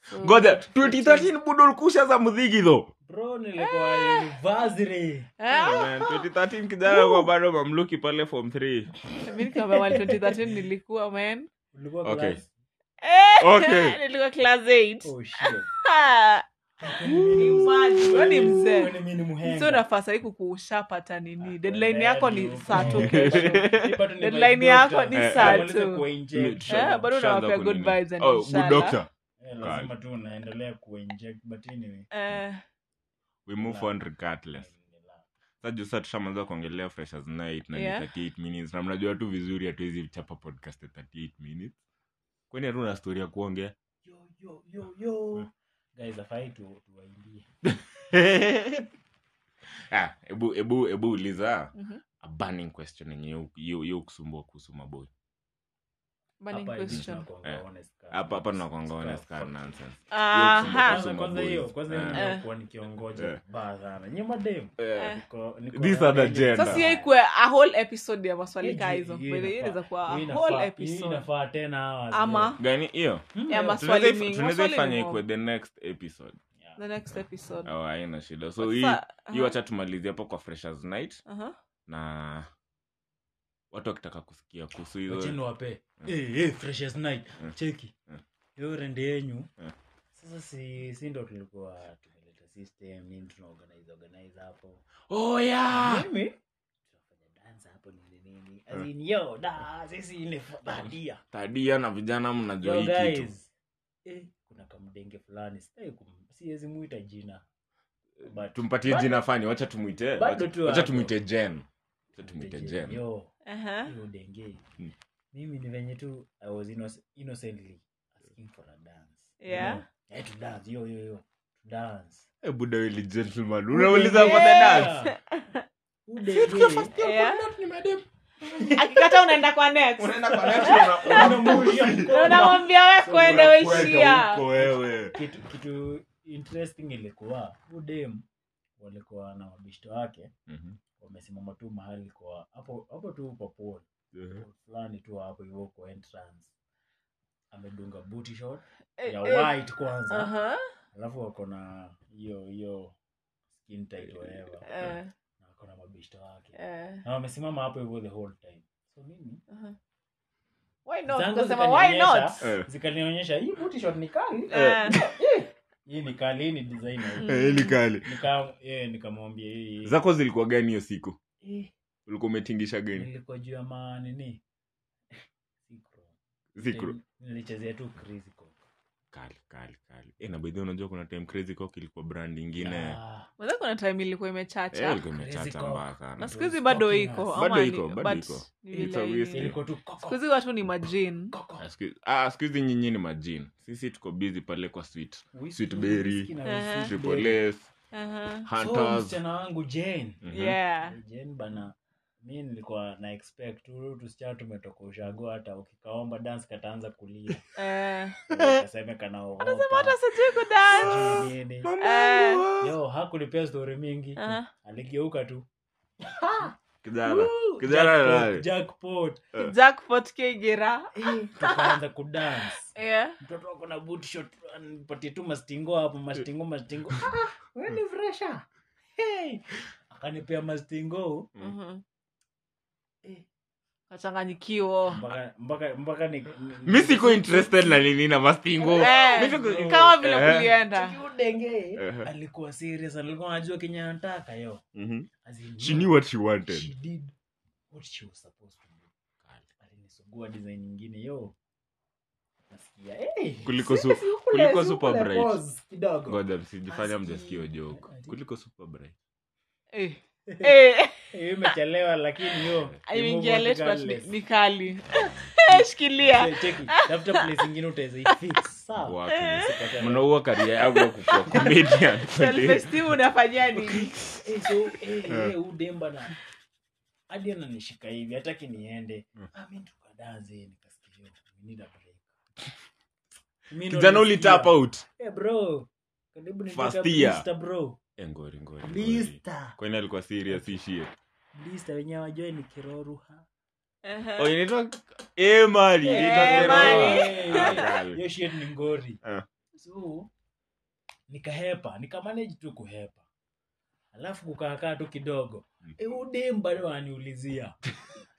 [SPEAKER 3] So-
[SPEAKER 2] ngoja 2013 budo likusha za mudhigi tho
[SPEAKER 1] bro nilikuwa
[SPEAKER 3] Eh.
[SPEAKER 1] university
[SPEAKER 3] Ah,
[SPEAKER 2] 2013 kijana kwa bado mamluki pale form 3
[SPEAKER 3] mimi nikiwa baba 2013 nilikuwa man
[SPEAKER 1] ulikuwa
[SPEAKER 2] Okay.
[SPEAKER 1] class
[SPEAKER 3] Eh,
[SPEAKER 2] Okay.
[SPEAKER 3] nilikuwa class 8
[SPEAKER 1] oh shit
[SPEAKER 3] ni
[SPEAKER 1] Wewe
[SPEAKER 3] mzee
[SPEAKER 1] ni mimi ni muhenga.
[SPEAKER 3] sio nafaa sahi kukuushapata
[SPEAKER 2] Ah,
[SPEAKER 3] nini deadline
[SPEAKER 1] Wewe
[SPEAKER 3] yako ni
[SPEAKER 1] ndio.
[SPEAKER 3] saa tu
[SPEAKER 1] Okay,
[SPEAKER 3] kesho
[SPEAKER 1] bado- bado ni
[SPEAKER 3] Deadline
[SPEAKER 1] vibe
[SPEAKER 3] yako
[SPEAKER 1] doctor.
[SPEAKER 3] ni
[SPEAKER 1] Eh,
[SPEAKER 2] saa
[SPEAKER 1] unaweza
[SPEAKER 3] tu.
[SPEAKER 1] kuinject.
[SPEAKER 3] Sure. Eh, bado
[SPEAKER 2] Shaanza
[SPEAKER 3] unawapea good
[SPEAKER 2] kunini.
[SPEAKER 3] vibes and
[SPEAKER 2] Oh,
[SPEAKER 3] inshallah.
[SPEAKER 2] good doctor
[SPEAKER 1] Eh, lazima tu unaendelea kuinject, but anyway,
[SPEAKER 3] Eh,
[SPEAKER 2] we move on regardless
[SPEAKER 1] ni la-
[SPEAKER 2] Sasa juu sasa tushaanza kuongelea freshers night na ni
[SPEAKER 3] Yeah.
[SPEAKER 2] 38 minutes na mnajua tu vizuri hatuwezi chapa podcast ya 38 minutes kwani hatuna story ya kuongea
[SPEAKER 1] yo, yo, yo,
[SPEAKER 2] Eh.
[SPEAKER 1] yo. Guys, afai tu- tuwaimbie.
[SPEAKER 2] Ah, ebu ebu ebu uliza
[SPEAKER 3] mhm.
[SPEAKER 2] a burning question yenye yo- yo yo kusumbua kuhusu maboy
[SPEAKER 3] Burning
[SPEAKER 1] Hapa hivi
[SPEAKER 3] question.
[SPEAKER 1] tunakuanga
[SPEAKER 2] Eh.
[SPEAKER 1] honest sana.
[SPEAKER 2] hapa hapa tunakwanga
[SPEAKER 1] Stuff.
[SPEAKER 2] honest kind of nonsense
[SPEAKER 3] Aha.
[SPEAKER 1] Kwanza- kwanza hiyo kwanza hiyo
[SPEAKER 2] Eh.
[SPEAKER 1] nilikuwa nikiongoja
[SPEAKER 2] Eh.
[SPEAKER 1] baa sana nyuma dem
[SPEAKER 2] Eh,
[SPEAKER 1] Niko- niko
[SPEAKER 2] These
[SPEAKER 1] na
[SPEAKER 2] are the
[SPEAKER 1] energy.
[SPEAKER 2] gender.
[SPEAKER 3] sasa hiyo ikuwe a whole episode ya maswali kaa
[SPEAKER 1] Hii
[SPEAKER 3] hizo
[SPEAKER 1] ju- hii
[SPEAKER 3] By the way,
[SPEAKER 1] inafaa-
[SPEAKER 3] inaweza kuwa
[SPEAKER 1] hii
[SPEAKER 3] a
[SPEAKER 1] inafaa-
[SPEAKER 3] whole
[SPEAKER 1] hii
[SPEAKER 3] episode
[SPEAKER 1] inafaa 10 hours,
[SPEAKER 3] Ama-
[SPEAKER 1] yo.
[SPEAKER 2] gani hiyo
[SPEAKER 1] Hmm,
[SPEAKER 3] ya
[SPEAKER 1] yo.
[SPEAKER 3] mas-
[SPEAKER 2] Tunaweza
[SPEAKER 3] Maswali
[SPEAKER 2] if-
[SPEAKER 3] mingi-
[SPEAKER 2] tunaweza
[SPEAKER 3] maswali
[SPEAKER 2] ifanya
[SPEAKER 3] mingi.
[SPEAKER 2] ikwe the next episode
[SPEAKER 1] Yeah.
[SPEAKER 3] the next episode uh-huh.
[SPEAKER 2] au haina shida Uh, so
[SPEAKER 3] But
[SPEAKER 2] hii
[SPEAKER 3] sa-
[SPEAKER 2] hii
[SPEAKER 3] aha,
[SPEAKER 2] wacha tumalizie hapo kwa freshers night
[SPEAKER 3] aha.
[SPEAKER 2] na watu wakitaka kusikia kuhusu
[SPEAKER 1] Wacha
[SPEAKER 2] hizo
[SPEAKER 1] niwape.
[SPEAKER 2] Hmm.
[SPEAKER 1] Eh, eh, freshest night
[SPEAKER 2] Mm.
[SPEAKER 1] cheki
[SPEAKER 2] Mm.
[SPEAKER 1] hiyo rende yenyu
[SPEAKER 2] Mm.
[SPEAKER 1] sasa si, si ndo tulikuwa tumeleta system nini tunaorganize organize hapo
[SPEAKER 2] oh
[SPEAKER 3] Ah.
[SPEAKER 2] yeah
[SPEAKER 1] mimi tunafanya dance hapo nini nini As
[SPEAKER 2] Hmm.
[SPEAKER 1] in, yo da sisi ile badia
[SPEAKER 2] tadia na vijana mnajua
[SPEAKER 1] yo
[SPEAKER 2] hii kitu
[SPEAKER 1] guys eh, kuna kamdenge fulani sitai kum- siwezi muita jina But-
[SPEAKER 2] tumpatie
[SPEAKER 1] but-
[SPEAKER 2] jina fani wacha tumwite
[SPEAKER 1] Bado
[SPEAKER 2] wacha-
[SPEAKER 1] tu
[SPEAKER 2] wacha
[SPEAKER 1] hapo.
[SPEAKER 2] tumwite jen wacha tumwite jen
[SPEAKER 1] yo
[SPEAKER 3] Aha.
[SPEAKER 1] hiyo denge
[SPEAKER 2] Mm.
[SPEAKER 1] mi mimi ni venye tu i was innoc- innocently asking for a dance You
[SPEAKER 3] Yeah.
[SPEAKER 1] know, eh, to dance yo yo yo to dance
[SPEAKER 2] Eh, buda wili gentleman unauliza for the
[SPEAKER 3] Yeah.
[SPEAKER 2] dance
[SPEAKER 1] Who the day?
[SPEAKER 3] Yeah.
[SPEAKER 2] Yeah.
[SPEAKER 3] akikata unaenda kwa next
[SPEAKER 2] Unaenda kwa next, una-
[SPEAKER 1] Unamuulia
[SPEAKER 3] Na
[SPEAKER 1] mkono.
[SPEAKER 3] unamwambia we kwende
[SPEAKER 2] unakuweka
[SPEAKER 3] weishia
[SPEAKER 2] huko wewe.
[SPEAKER 1] kitu kitu interesting ilikuwa udem walikuwa na mabishto wake wamesimama tu mahali kwa hapo hapo tu kwa pool Pool fulani tu hapo hivyo kwa entrance amedunga booty shot
[SPEAKER 3] Eh,
[SPEAKER 1] ya white kwanza
[SPEAKER 3] Uh-huh.
[SPEAKER 1] alafu wako na hiyo hiyo skin tight whatever na wako na mabishto
[SPEAKER 3] Eh,
[SPEAKER 1] wake na wamesimama hapo hivyo the whole time so mimi
[SPEAKER 3] Uh-huh.
[SPEAKER 1] zangu zikanionyesha
[SPEAKER 2] Eh.
[SPEAKER 1] zikanionyesha hii booty shot ni kali
[SPEAKER 3] Eh.
[SPEAKER 1] hii ni kali hii ni design ya hii."
[SPEAKER 2] Eh, hii ni kali
[SPEAKER 1] Nika- eh, nikamwambia hii-
[SPEAKER 2] zako zilikuwa gani hiyo siku
[SPEAKER 1] Eh,
[SPEAKER 2] ulikuwa umetingisha gani
[SPEAKER 1] nilikuwa juu ya manini Mm.
[SPEAKER 2] zikro
[SPEAKER 1] nilichezea tu crazy coke.
[SPEAKER 2] kali kali kali Eh, na by the way, unajua kuna time crazy cock ilikuwa brand ingine
[SPEAKER 1] Ah,
[SPEAKER 3] mwezakuna time ilikuwa
[SPEAKER 2] Eh,
[SPEAKER 3] imechacha
[SPEAKER 2] ilikuwa
[SPEAKER 1] Crazy
[SPEAKER 2] imechacha
[SPEAKER 1] cock.
[SPEAKER 2] mbaya sana
[SPEAKER 3] na siku hizi bado iko ama
[SPEAKER 2] Bado
[SPEAKER 3] ni-
[SPEAKER 2] iko, bado
[SPEAKER 3] but
[SPEAKER 2] iko.
[SPEAKER 3] ni
[SPEAKER 2] It's
[SPEAKER 3] vile
[SPEAKER 2] a
[SPEAKER 3] ili-
[SPEAKER 2] waste.
[SPEAKER 1] ilikuwa tu coke,
[SPEAKER 3] siku hizi watu ni majin
[SPEAKER 1] coke.
[SPEAKER 2] Ah, siku- ah, siku hizi nyinyi ni majini sisi tuko busy pale kwa sweet
[SPEAKER 1] Whisky,
[SPEAKER 2] Sweet berry,
[SPEAKER 1] whisky na
[SPEAKER 3] eh,
[SPEAKER 1] whisky
[SPEAKER 2] triple
[SPEAKER 1] berry.
[SPEAKER 2] S,
[SPEAKER 3] Aha.
[SPEAKER 1] So,
[SPEAKER 2] hunters
[SPEAKER 1] msichana wangu Jane.
[SPEAKER 2] Mhm.
[SPEAKER 3] Uh-huh. yeah
[SPEAKER 1] Jane bana mi nilikuwa na expect tu tusichana tumetoka ushago hata ukikaomba dance kataanza kulia
[SPEAKER 3] Eh,
[SPEAKER 1] kaseme kanaogopa
[SPEAKER 3] hata sijui kudan
[SPEAKER 1] oh, sijui nini.
[SPEAKER 2] Mama
[SPEAKER 3] Eh.
[SPEAKER 2] yangu, ah.
[SPEAKER 1] yo hakunipea stori mingi
[SPEAKER 3] Aha.
[SPEAKER 1] aligeuka tu
[SPEAKER 2] kijana
[SPEAKER 1] Woo!
[SPEAKER 2] kijana
[SPEAKER 1] Jackpot,
[SPEAKER 2] nani?
[SPEAKER 1] jackpot.
[SPEAKER 2] Eh.
[SPEAKER 3] jackpot keigira
[SPEAKER 1] tukaanza kudance
[SPEAKER 3] yeah
[SPEAKER 1] mtoto wako na boot um, shot anipatie tu mastingo hapo mastingo mastingo Ah, wewe ni fresha hey. akanipea mastingo
[SPEAKER 2] Mm.
[SPEAKER 3] Mhm. Eh. kachanganyikiwo
[SPEAKER 2] Oh.
[SPEAKER 1] mpaka mpaka mpaka ni
[SPEAKER 2] mi siko interested na nini na mastingo
[SPEAKER 3] Eh,
[SPEAKER 2] Mi siko-
[SPEAKER 3] kama vile
[SPEAKER 2] Eh.
[SPEAKER 3] kulienda
[SPEAKER 1] denge
[SPEAKER 2] Ehe.
[SPEAKER 1] alikuwa serious alikuwa anajua kenye anataka yo
[SPEAKER 2] Mhm.
[SPEAKER 1] As in,
[SPEAKER 2] she knew what she wanted
[SPEAKER 1] she did what she was supposed to do alinisugua design nyingine yo nasikia hey,
[SPEAKER 2] Kuliko
[SPEAKER 1] sasa
[SPEAKER 2] su-
[SPEAKER 1] si ukule-
[SPEAKER 2] kuliko
[SPEAKER 1] si
[SPEAKER 2] super
[SPEAKER 1] ukule
[SPEAKER 2] bright.
[SPEAKER 1] pause kidogo
[SPEAKER 2] ngoja msijifanya
[SPEAKER 1] Maski-
[SPEAKER 2] mjasikio joke kuliko super bright
[SPEAKER 3] Eh. Eh,
[SPEAKER 1] Hiyo imechelewa lakini yo
[SPEAKER 3] imeingia late but ni- ni kali Eh, shikilia
[SPEAKER 1] tafuta place ingine utawezaifix sawa
[SPEAKER 2] Watu,
[SPEAKER 1] Sikata-
[SPEAKER 2] mnaua karia yangu ya kukuwa comedian
[SPEAKER 3] selfestim unafanyia nini
[SPEAKER 1] Eh, so eh, eh, huu demba na hadi ananishika hivi hataki niende
[SPEAKER 2] Hmm.
[SPEAKER 1] Ah, mi tukadanze nikasikia yo, we need a break. Mi ndo
[SPEAKER 2] kijana uli
[SPEAKER 1] nilisikia,
[SPEAKER 2] tap out
[SPEAKER 1] eh, bro karibu nitaka
[SPEAKER 2] First year.
[SPEAKER 1] blister, bro
[SPEAKER 2] Eh, ngori ngori, ngori
[SPEAKER 1] blister
[SPEAKER 2] kwani alikuwa serious ishie
[SPEAKER 1] Eh. blister wenyewe wajue ni kiroruha
[SPEAKER 3] Aha.
[SPEAKER 2] oh inaitwa eh mali
[SPEAKER 1] Eh,
[SPEAKER 2] inaitwa
[SPEAKER 3] mali.
[SPEAKER 2] Keroa.
[SPEAKER 1] Eh,
[SPEAKER 2] Ah,
[SPEAKER 1] eh.
[SPEAKER 2] kali.
[SPEAKER 1] hiyo shit ni ngori
[SPEAKER 2] Ah.
[SPEAKER 1] so nikahepa nikamanage tu kuhepa alafu kukaakaa tu kidogo
[SPEAKER 2] Mm.
[SPEAKER 1] e, udem bado aniulizia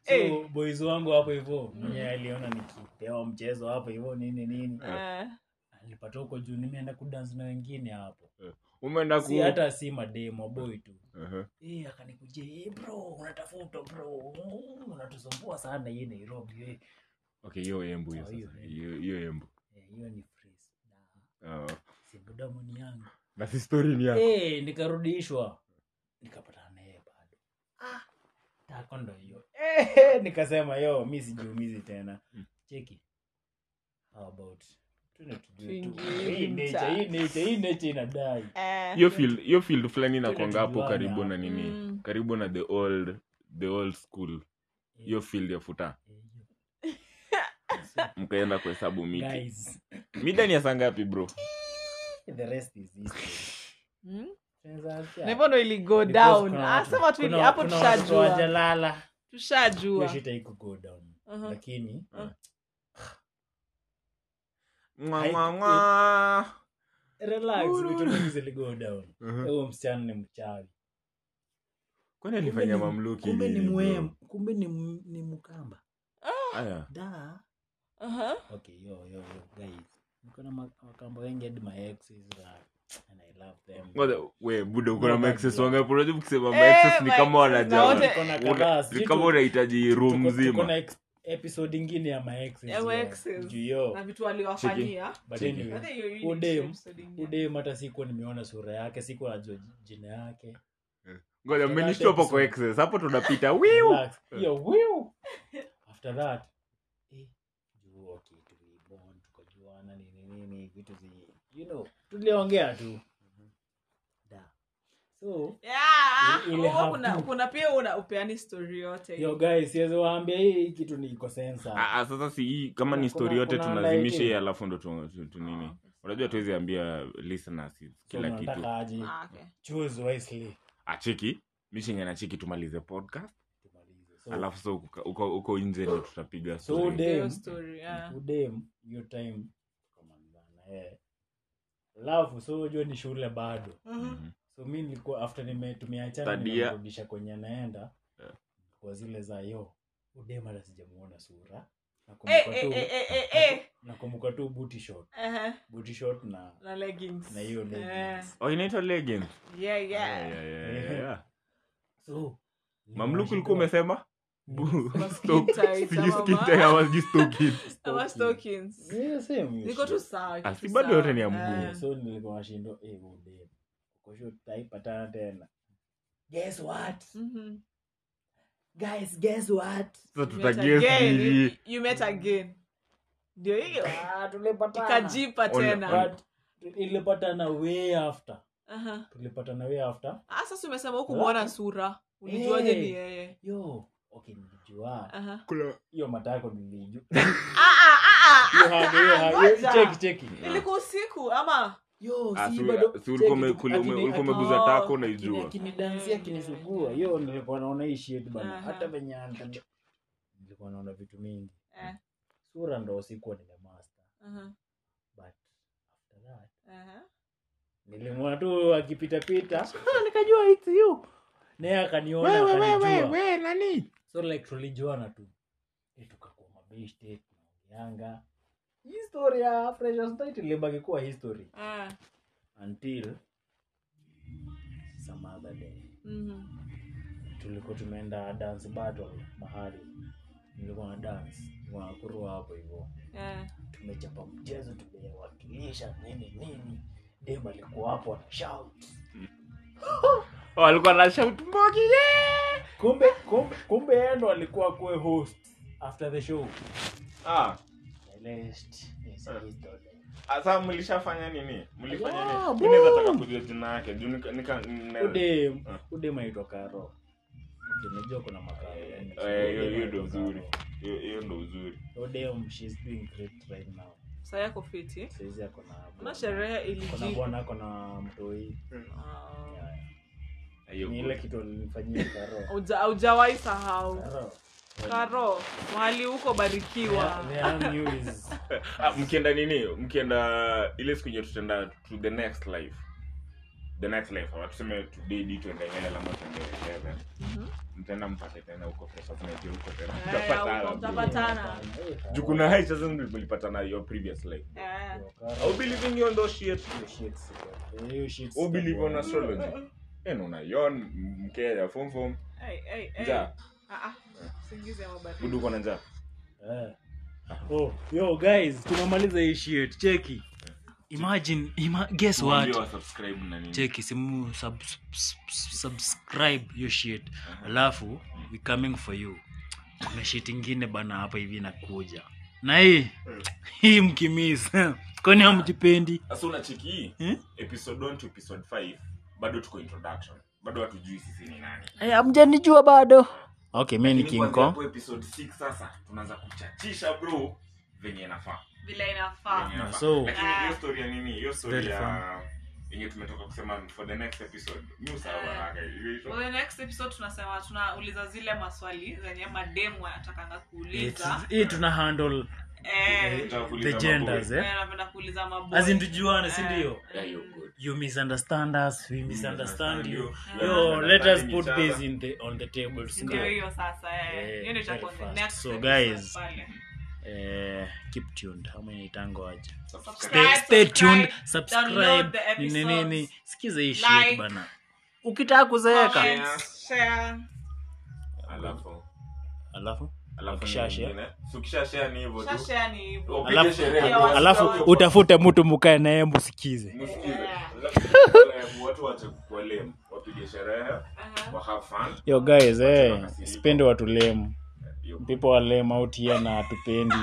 [SPEAKER 1] so
[SPEAKER 3] Eh.
[SPEAKER 1] boys wangu hapo hivo mwenye aliona nikipewa mchezo hapo hivo nini nini
[SPEAKER 3] Eh,
[SPEAKER 1] alipata huko juu nimeenda kudansi na wengine hapo
[SPEAKER 2] umeenda ku
[SPEAKER 1] si hata si mademo boy tu
[SPEAKER 2] Aha.
[SPEAKER 1] Eh, akanikujia "Eh, bro unatafuta bro Mm, unatusumbua sana hii nairobi eh."
[SPEAKER 2] okay hiyo embu hiyo
[SPEAKER 1] Oh,
[SPEAKER 2] sasa.
[SPEAKER 1] hiyo embu.
[SPEAKER 2] hiyo hiyo embu
[SPEAKER 1] Eh, hiyo ni phrase.
[SPEAKER 2] Ah.
[SPEAKER 1] simbudamu ni yangu
[SPEAKER 2] na si story ni yako
[SPEAKER 1] Eh, nikarudishwa nikapatana naye bado
[SPEAKER 3] Ah.
[SPEAKER 1] tako ndo hiyo Eh, nikasema yo mi sijiumizi tena cheki How about tuende tujue tu.
[SPEAKER 3] Tuingie
[SPEAKER 1] Hii nature, hii nature, hii nature inadai
[SPEAKER 3] eh.
[SPEAKER 2] hiyo field hiyo field fulani inakwanga hapo
[SPEAKER 1] tujuane
[SPEAKER 2] karibu na
[SPEAKER 1] hapo.
[SPEAKER 2] nini
[SPEAKER 3] Mm.
[SPEAKER 2] karibu na the old the old school hiyo field ya futa
[SPEAKER 1] Eh,
[SPEAKER 2] mkaenda kuhesabu miti
[SPEAKER 1] guys
[SPEAKER 2] mida ni ya saa ngapi bro
[SPEAKER 1] the rest is history.
[SPEAKER 3] Mm.
[SPEAKER 1] Tunaanza-
[SPEAKER 3] Na hivyo ndo ili go
[SPEAKER 1] Because
[SPEAKER 3] down
[SPEAKER 1] kuna watu-
[SPEAKER 3] asema tu
[SPEAKER 1] kuna-
[SPEAKER 3] ili- hapo
[SPEAKER 1] kuna watoto
[SPEAKER 3] tushajua
[SPEAKER 1] wajalala hiyo
[SPEAKER 3] tushajua
[SPEAKER 1] shit haiku go down
[SPEAKER 3] Aha.
[SPEAKER 1] lakini
[SPEAKER 3] Uh-huh.
[SPEAKER 2] Mwa,
[SPEAKER 1] Hai-
[SPEAKER 2] mwa, mwa.
[SPEAKER 1] relax
[SPEAKER 2] Uru.
[SPEAKER 1] vitu mingi ziligo down
[SPEAKER 2] Aha.
[SPEAKER 1] huyo msichana ni mchawi
[SPEAKER 2] kwani
[SPEAKER 1] Kumbe ni-
[SPEAKER 2] alifanya mamluki
[SPEAKER 1] kumbe ni
[SPEAKER 2] nini, bro?
[SPEAKER 1] mwem kumbe ni, m- ni mkamba
[SPEAKER 2] Aya.
[SPEAKER 1] da
[SPEAKER 3] Aha.
[SPEAKER 1] okay yo yo yo guys niko na ma- wakamba wengi hadi my exes uh, and i love them
[SPEAKER 2] Ngoja, we buda uko na
[SPEAKER 1] No, bad
[SPEAKER 2] maxes
[SPEAKER 1] luck.
[SPEAKER 2] wangapi unajua ukisema
[SPEAKER 3] Eh,
[SPEAKER 2] maxes ni
[SPEAKER 3] my
[SPEAKER 2] kama
[SPEAKER 3] exes na
[SPEAKER 2] wanajaa
[SPEAKER 3] wote-
[SPEAKER 1] Niko na
[SPEAKER 2] Una-
[SPEAKER 1] kadhaa,
[SPEAKER 2] ni
[SPEAKER 1] sijui
[SPEAKER 2] kama
[SPEAKER 1] tu-
[SPEAKER 2] unahitaji
[SPEAKER 1] Tuko-
[SPEAKER 2] room
[SPEAKER 1] tuko na
[SPEAKER 2] mzima
[SPEAKER 1] ex- episode ingine ya my exes,
[SPEAKER 3] Ya
[SPEAKER 1] yo.
[SPEAKER 3] my exes.
[SPEAKER 1] Juu yo
[SPEAKER 3] na vitu waliwafanyia
[SPEAKER 1] but
[SPEAKER 2] Oh. Cheki.
[SPEAKER 3] I
[SPEAKER 1] anyway
[SPEAKER 3] think you- you need
[SPEAKER 1] Who
[SPEAKER 3] to
[SPEAKER 1] them?
[SPEAKER 3] episode ingine.
[SPEAKER 1] udem hata sikuwa nimeona sura yake sikuwa najua ji- jina yake
[SPEAKER 2] ngoja
[SPEAKER 1] Tuko na
[SPEAKER 2] mmenishtua hapo kwa
[SPEAKER 1] episode.
[SPEAKER 2] exes hapo tunapita wiu
[SPEAKER 1] Relax. Yo, wiu. after that eh, sana nini nini vitu zi you know tuliongea tu da so
[SPEAKER 3] Yeah,
[SPEAKER 1] Ile- ile
[SPEAKER 3] huwa kuna,
[SPEAKER 1] hapu.
[SPEAKER 3] kuna pia una upeani story yote
[SPEAKER 1] yo guys siwezi waambia hii kitu ni iko sensa
[SPEAKER 2] Ah, ah, sasa si hii kama
[SPEAKER 1] Kuna-
[SPEAKER 2] ni story
[SPEAKER 1] kuna-
[SPEAKER 2] yote
[SPEAKER 1] kuna
[SPEAKER 2] tunazimisha
[SPEAKER 1] like-
[SPEAKER 2] hii alafu ndo tu- tu- tu nini unajua tuwezi ambia listeners kila kitu Ah,
[SPEAKER 1] nataka aje
[SPEAKER 3] Ah, okay.
[SPEAKER 1] choose wisely
[SPEAKER 2] acheki mishinga na chiki tumalize podcast
[SPEAKER 1] tumalize so
[SPEAKER 2] alafu so uko- uko uko nje ndo tutapiga
[SPEAKER 1] So
[SPEAKER 2] story.
[SPEAKER 1] de-
[SPEAKER 3] Hiyo
[SPEAKER 1] Damn.
[SPEAKER 3] story, yeah.
[SPEAKER 1] udem hiyo time tukamalizana eh alafu so unajua ni shule bado
[SPEAKER 3] Mm-hmm.
[SPEAKER 2] Mhm.
[SPEAKER 1] so mi nilikuwa after nime- tumeachana
[SPEAKER 2] Tadia.
[SPEAKER 1] nimerudisha kwenye anaenda
[SPEAKER 2] Yeah.
[SPEAKER 1] kwa zile za yo udem hata sijamuona sura
[SPEAKER 3] Eh,
[SPEAKER 1] nakumbuka
[SPEAKER 3] eh,
[SPEAKER 1] tu-
[SPEAKER 3] eh, eh, eh, eh.
[SPEAKER 1] nakumbuka tu booty short
[SPEAKER 3] Uh-huh.
[SPEAKER 1] booty short na
[SPEAKER 3] Na leggings.
[SPEAKER 1] na hiyo
[SPEAKER 3] Eh,
[SPEAKER 1] leggings
[SPEAKER 2] oh inaitwa leggings
[SPEAKER 3] yeah,
[SPEAKER 2] yeah.
[SPEAKER 3] yeah.
[SPEAKER 2] yeah, yeah, yeah, yeah.
[SPEAKER 1] so
[SPEAKER 2] mamluku ulikuwa umesema Bu-
[SPEAKER 3] Ama
[SPEAKER 2] stock-
[SPEAKER 3] skin tight,
[SPEAKER 2] sijui
[SPEAKER 3] ama
[SPEAKER 2] skin
[SPEAKER 3] ma-
[SPEAKER 2] tight ama sijui stock it.
[SPEAKER 3] Ama stockings.
[SPEAKER 1] Yeah, same issue.
[SPEAKER 3] Ziko tu sawa,
[SPEAKER 2] Ah,
[SPEAKER 3] kitu
[SPEAKER 2] si bado yote ni ya
[SPEAKER 3] sawa.
[SPEAKER 2] mguu.
[SPEAKER 3] Eh.
[SPEAKER 1] so nilikuwa nashindo eh udem kwa hiyo taipatana tena guess what
[SPEAKER 3] Mhm.
[SPEAKER 1] guys guess what
[SPEAKER 2] Sasa
[SPEAKER 3] You met
[SPEAKER 2] tutagesi
[SPEAKER 3] again,
[SPEAKER 2] nini.
[SPEAKER 3] you- you met again ndio hiyo
[SPEAKER 1] Ah, tulipatana
[SPEAKER 3] ikajipa
[SPEAKER 2] On-
[SPEAKER 3] tena
[SPEAKER 2] on-
[SPEAKER 1] But ilipatana way after
[SPEAKER 3] Aha.
[SPEAKER 1] tulipatana way after
[SPEAKER 3] Ah, sasa umesema huku mwona sura ulijuaje
[SPEAKER 1] Eh.
[SPEAKER 3] ni yeye
[SPEAKER 1] yo okay nilijua
[SPEAKER 3] Aha.
[SPEAKER 2] Kuna-
[SPEAKER 1] hiyo matako nilijua
[SPEAKER 3] Ah, ah, ah, ah,
[SPEAKER 1] Hiyo hug, hiyo
[SPEAKER 3] ah,
[SPEAKER 1] hug.
[SPEAKER 3] ngoja.
[SPEAKER 1] cheki cheki
[SPEAKER 3] ilikuwa usiku ama
[SPEAKER 1] yo
[SPEAKER 2] Ah,
[SPEAKER 1] si
[SPEAKER 2] si-
[SPEAKER 1] Oh, bado
[SPEAKER 2] si ulikuwa
[SPEAKER 1] cheki,
[SPEAKER 2] ume- kuli- ume-
[SPEAKER 1] akini-
[SPEAKER 2] ulikuwa umeguza
[SPEAKER 3] Oh,
[SPEAKER 2] tako
[SPEAKER 1] akini-
[SPEAKER 2] unaijua
[SPEAKER 1] akinidansia akinisugua hiyo nilikuwa naona hii shit bana
[SPEAKER 3] Aha.
[SPEAKER 1] hata venye anta- nilikuwa naona vitu mingi
[SPEAKER 3] Eh,
[SPEAKER 1] sura ndo sikuwa nimemaster
[SPEAKER 3] aha,
[SPEAKER 1] but after that
[SPEAKER 3] aha.
[SPEAKER 1] nilimwona tu akipitapita
[SPEAKER 3] Ah, nikajua it's you
[SPEAKER 1] naye
[SPEAKER 2] We,
[SPEAKER 1] akaniona
[SPEAKER 2] we, we, we,
[SPEAKER 1] akanijua
[SPEAKER 2] we, nani
[SPEAKER 1] so like tulijuana tu Eh, tukakuwa mabeshte tunaongeanga history ya Fresh Night ilibaki kuwa history
[SPEAKER 3] Ah,
[SPEAKER 1] until some other day
[SPEAKER 3] mhm.
[SPEAKER 1] tulikuwa tumeenda dance battle mahali nilikuwa na dance nilikuwa nakurua hapo hivyo
[SPEAKER 3] Eh,
[SPEAKER 1] tumechapa mchezo tumewakilisha nini nini dem alikuwa hapo ana shout
[SPEAKER 2] Oh, alikuwa na shout mbogi yeah!
[SPEAKER 1] kumbe kumbe kumbe yeye ndo alikuwa kue host after the show
[SPEAKER 2] ah
[SPEAKER 1] the rest is history
[SPEAKER 2] sasa mlishafanya nini mlifanya nini
[SPEAKER 1] Ah,
[SPEAKER 2] Mimi naweza taka kujua jina yake juu nika- nika- nina-
[SPEAKER 1] udem
[SPEAKER 2] Ah.
[SPEAKER 1] udem aitwa karo Okay, najua kuna makaro
[SPEAKER 2] Eh,
[SPEAKER 1] lakini
[SPEAKER 2] eh, hiyo
[SPEAKER 1] udem
[SPEAKER 2] hiyo ndo
[SPEAKER 1] aitwa
[SPEAKER 2] uzuri
[SPEAKER 1] Karo.
[SPEAKER 2] Hiyo- hiyo ndo uzuri
[SPEAKER 1] udem she's doing great right now
[SPEAKER 3] saa yako fiti
[SPEAKER 1] saizi ako na
[SPEAKER 3] na
[SPEAKER 1] bwana.
[SPEAKER 3] sherehe
[SPEAKER 1] kuna
[SPEAKER 3] ilijibu
[SPEAKER 1] bwana ako na mtoi
[SPEAKER 2] Hiyo
[SPEAKER 1] ni ile kitu alinifanyia karo
[SPEAKER 3] aujawai sahau
[SPEAKER 1] Karo.
[SPEAKER 3] karo mahali huko barikiwa
[SPEAKER 1] Yeah, the avenue is-
[SPEAKER 2] Ah, mkienda nini mkienda ile siku yenye tutaenda to the next life the next life ama tuseme today di tuende hell ama tuende heaven
[SPEAKER 3] Mhm.
[SPEAKER 2] mtaenda mpate tena huko pesa tunaje huko tena
[SPEAKER 3] Eh, huko
[SPEAKER 2] tutapata bro.
[SPEAKER 3] mtapata. Patana.
[SPEAKER 1] Eh, Karo.
[SPEAKER 2] juu kuna hai sasa mlipatana your previous life
[SPEAKER 3] Eh.
[SPEAKER 1] Yo, Karo.
[SPEAKER 2] au believing on those shit
[SPEAKER 1] Hiyo shit si- hiyo shit si-
[SPEAKER 2] au believe on astrology Eh, en una yon mkea ya form form
[SPEAKER 3] Ai, ai, ai.
[SPEAKER 2] njaa
[SPEAKER 3] Ah, ah. Usingizi ama baridi.
[SPEAKER 2] budu uko na njaa
[SPEAKER 1] Eh. Oh, yo guys tunamaliza hii shit cheki imagine ima, guess what
[SPEAKER 2] Tuambie wa subscribe na nini
[SPEAKER 1] cheki simu sub, sub, subscribe your shit alafu we coming for you kuna shit ingine bana hapa hivi inakuja na hii hii mkimis kwani hamjipendi
[SPEAKER 2] sasa unacheki hii
[SPEAKER 1] Eh?
[SPEAKER 2] episode 1 to episode 5 bado tuko introduction bado hatujui sisi ni nani
[SPEAKER 1] Eh, hamjanijua bado okay mi ni
[SPEAKER 2] Lakini kuanzia hapo
[SPEAKER 1] kinko
[SPEAKER 2] episode 6 sasa tunaanza kuchachisha bro venye inafaa
[SPEAKER 3] Vile inafaa.
[SPEAKER 2] Venye inafaa.
[SPEAKER 1] so-
[SPEAKER 2] Lakini hiyo story ya nini hiyo story
[SPEAKER 1] Very
[SPEAKER 2] ya yenye tumetoka kusema for the next episode mi usahau haraka Hiyo- hiyo-
[SPEAKER 3] For the next episode tunasema tunauliza zile maswali zenye mademu wanatakanga
[SPEAKER 1] It's-
[SPEAKER 3] kuuliza
[SPEAKER 1] hii tuna handle
[SPEAKER 3] Eh,
[SPEAKER 2] Nataka kuuliza
[SPEAKER 1] the
[SPEAKER 2] mambo ya-
[SPEAKER 1] genders eh?
[SPEAKER 3] eh, napenda kuuliza maboy.
[SPEAKER 1] as in tujuane si
[SPEAKER 3] Eh.
[SPEAKER 1] ndio
[SPEAKER 2] Yeah, you're good.
[SPEAKER 1] you misunderstand us we misunderstand you
[SPEAKER 2] Misunderstand you.
[SPEAKER 1] yo
[SPEAKER 2] Yeah.
[SPEAKER 1] let us
[SPEAKER 2] Misunderstanding
[SPEAKER 1] put
[SPEAKER 2] each
[SPEAKER 1] this
[SPEAKER 2] other.
[SPEAKER 1] in the on the table Scott.
[SPEAKER 3] ndio hiyo sasa eh.
[SPEAKER 1] Eh,
[SPEAKER 3] Hiyo ndio itakuwa
[SPEAKER 1] very fast.
[SPEAKER 3] next
[SPEAKER 1] So,
[SPEAKER 3] episode
[SPEAKER 1] guys,
[SPEAKER 3] pale.
[SPEAKER 1] eh, keep tuned ama inaitangwa aje
[SPEAKER 3] Subscribe,
[SPEAKER 1] stay, stay
[SPEAKER 3] subscribe,
[SPEAKER 1] tuned
[SPEAKER 3] download
[SPEAKER 1] subscribe
[SPEAKER 3] the
[SPEAKER 1] ni
[SPEAKER 3] episodes.
[SPEAKER 1] nini sikiza hii
[SPEAKER 3] Like.
[SPEAKER 1] shit bana ukitaka kuzeeka
[SPEAKER 3] Comment, share.
[SPEAKER 2] Alafu-
[SPEAKER 1] alafu
[SPEAKER 2] alafu
[SPEAKER 1] Ukisha
[SPEAKER 2] ni
[SPEAKER 1] share.
[SPEAKER 2] nyingine. So ukisha share ni hivyo tu.
[SPEAKER 3] Share, share ni hivyo.
[SPEAKER 2] Upige
[SPEAKER 1] Alafu-
[SPEAKER 2] sherehe.
[SPEAKER 3] Yeah,
[SPEAKER 1] alafu
[SPEAKER 3] wasiwasi.
[SPEAKER 1] utafute mtu mukae naye musikize
[SPEAKER 2] Msikize.
[SPEAKER 3] Yeah.
[SPEAKER 2] Alafu watu waache kukuwa lame. wapige sherehe wa have fun
[SPEAKER 1] yo guys eh,
[SPEAKER 2] Tunakasirika.
[SPEAKER 1] sipendi watulemu
[SPEAKER 2] Yo. Oh.
[SPEAKER 1] people walem out here na tupendi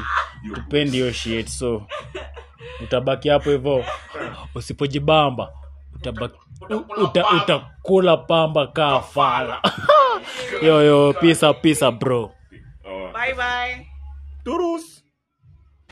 [SPEAKER 1] tupendi yo shit so utabaki hapo hivyo usipojibamba utabaki- u- uta, utakula pamba kaa fala yoyo pisa pisa bro
[SPEAKER 2] Oh.
[SPEAKER 3] bye bye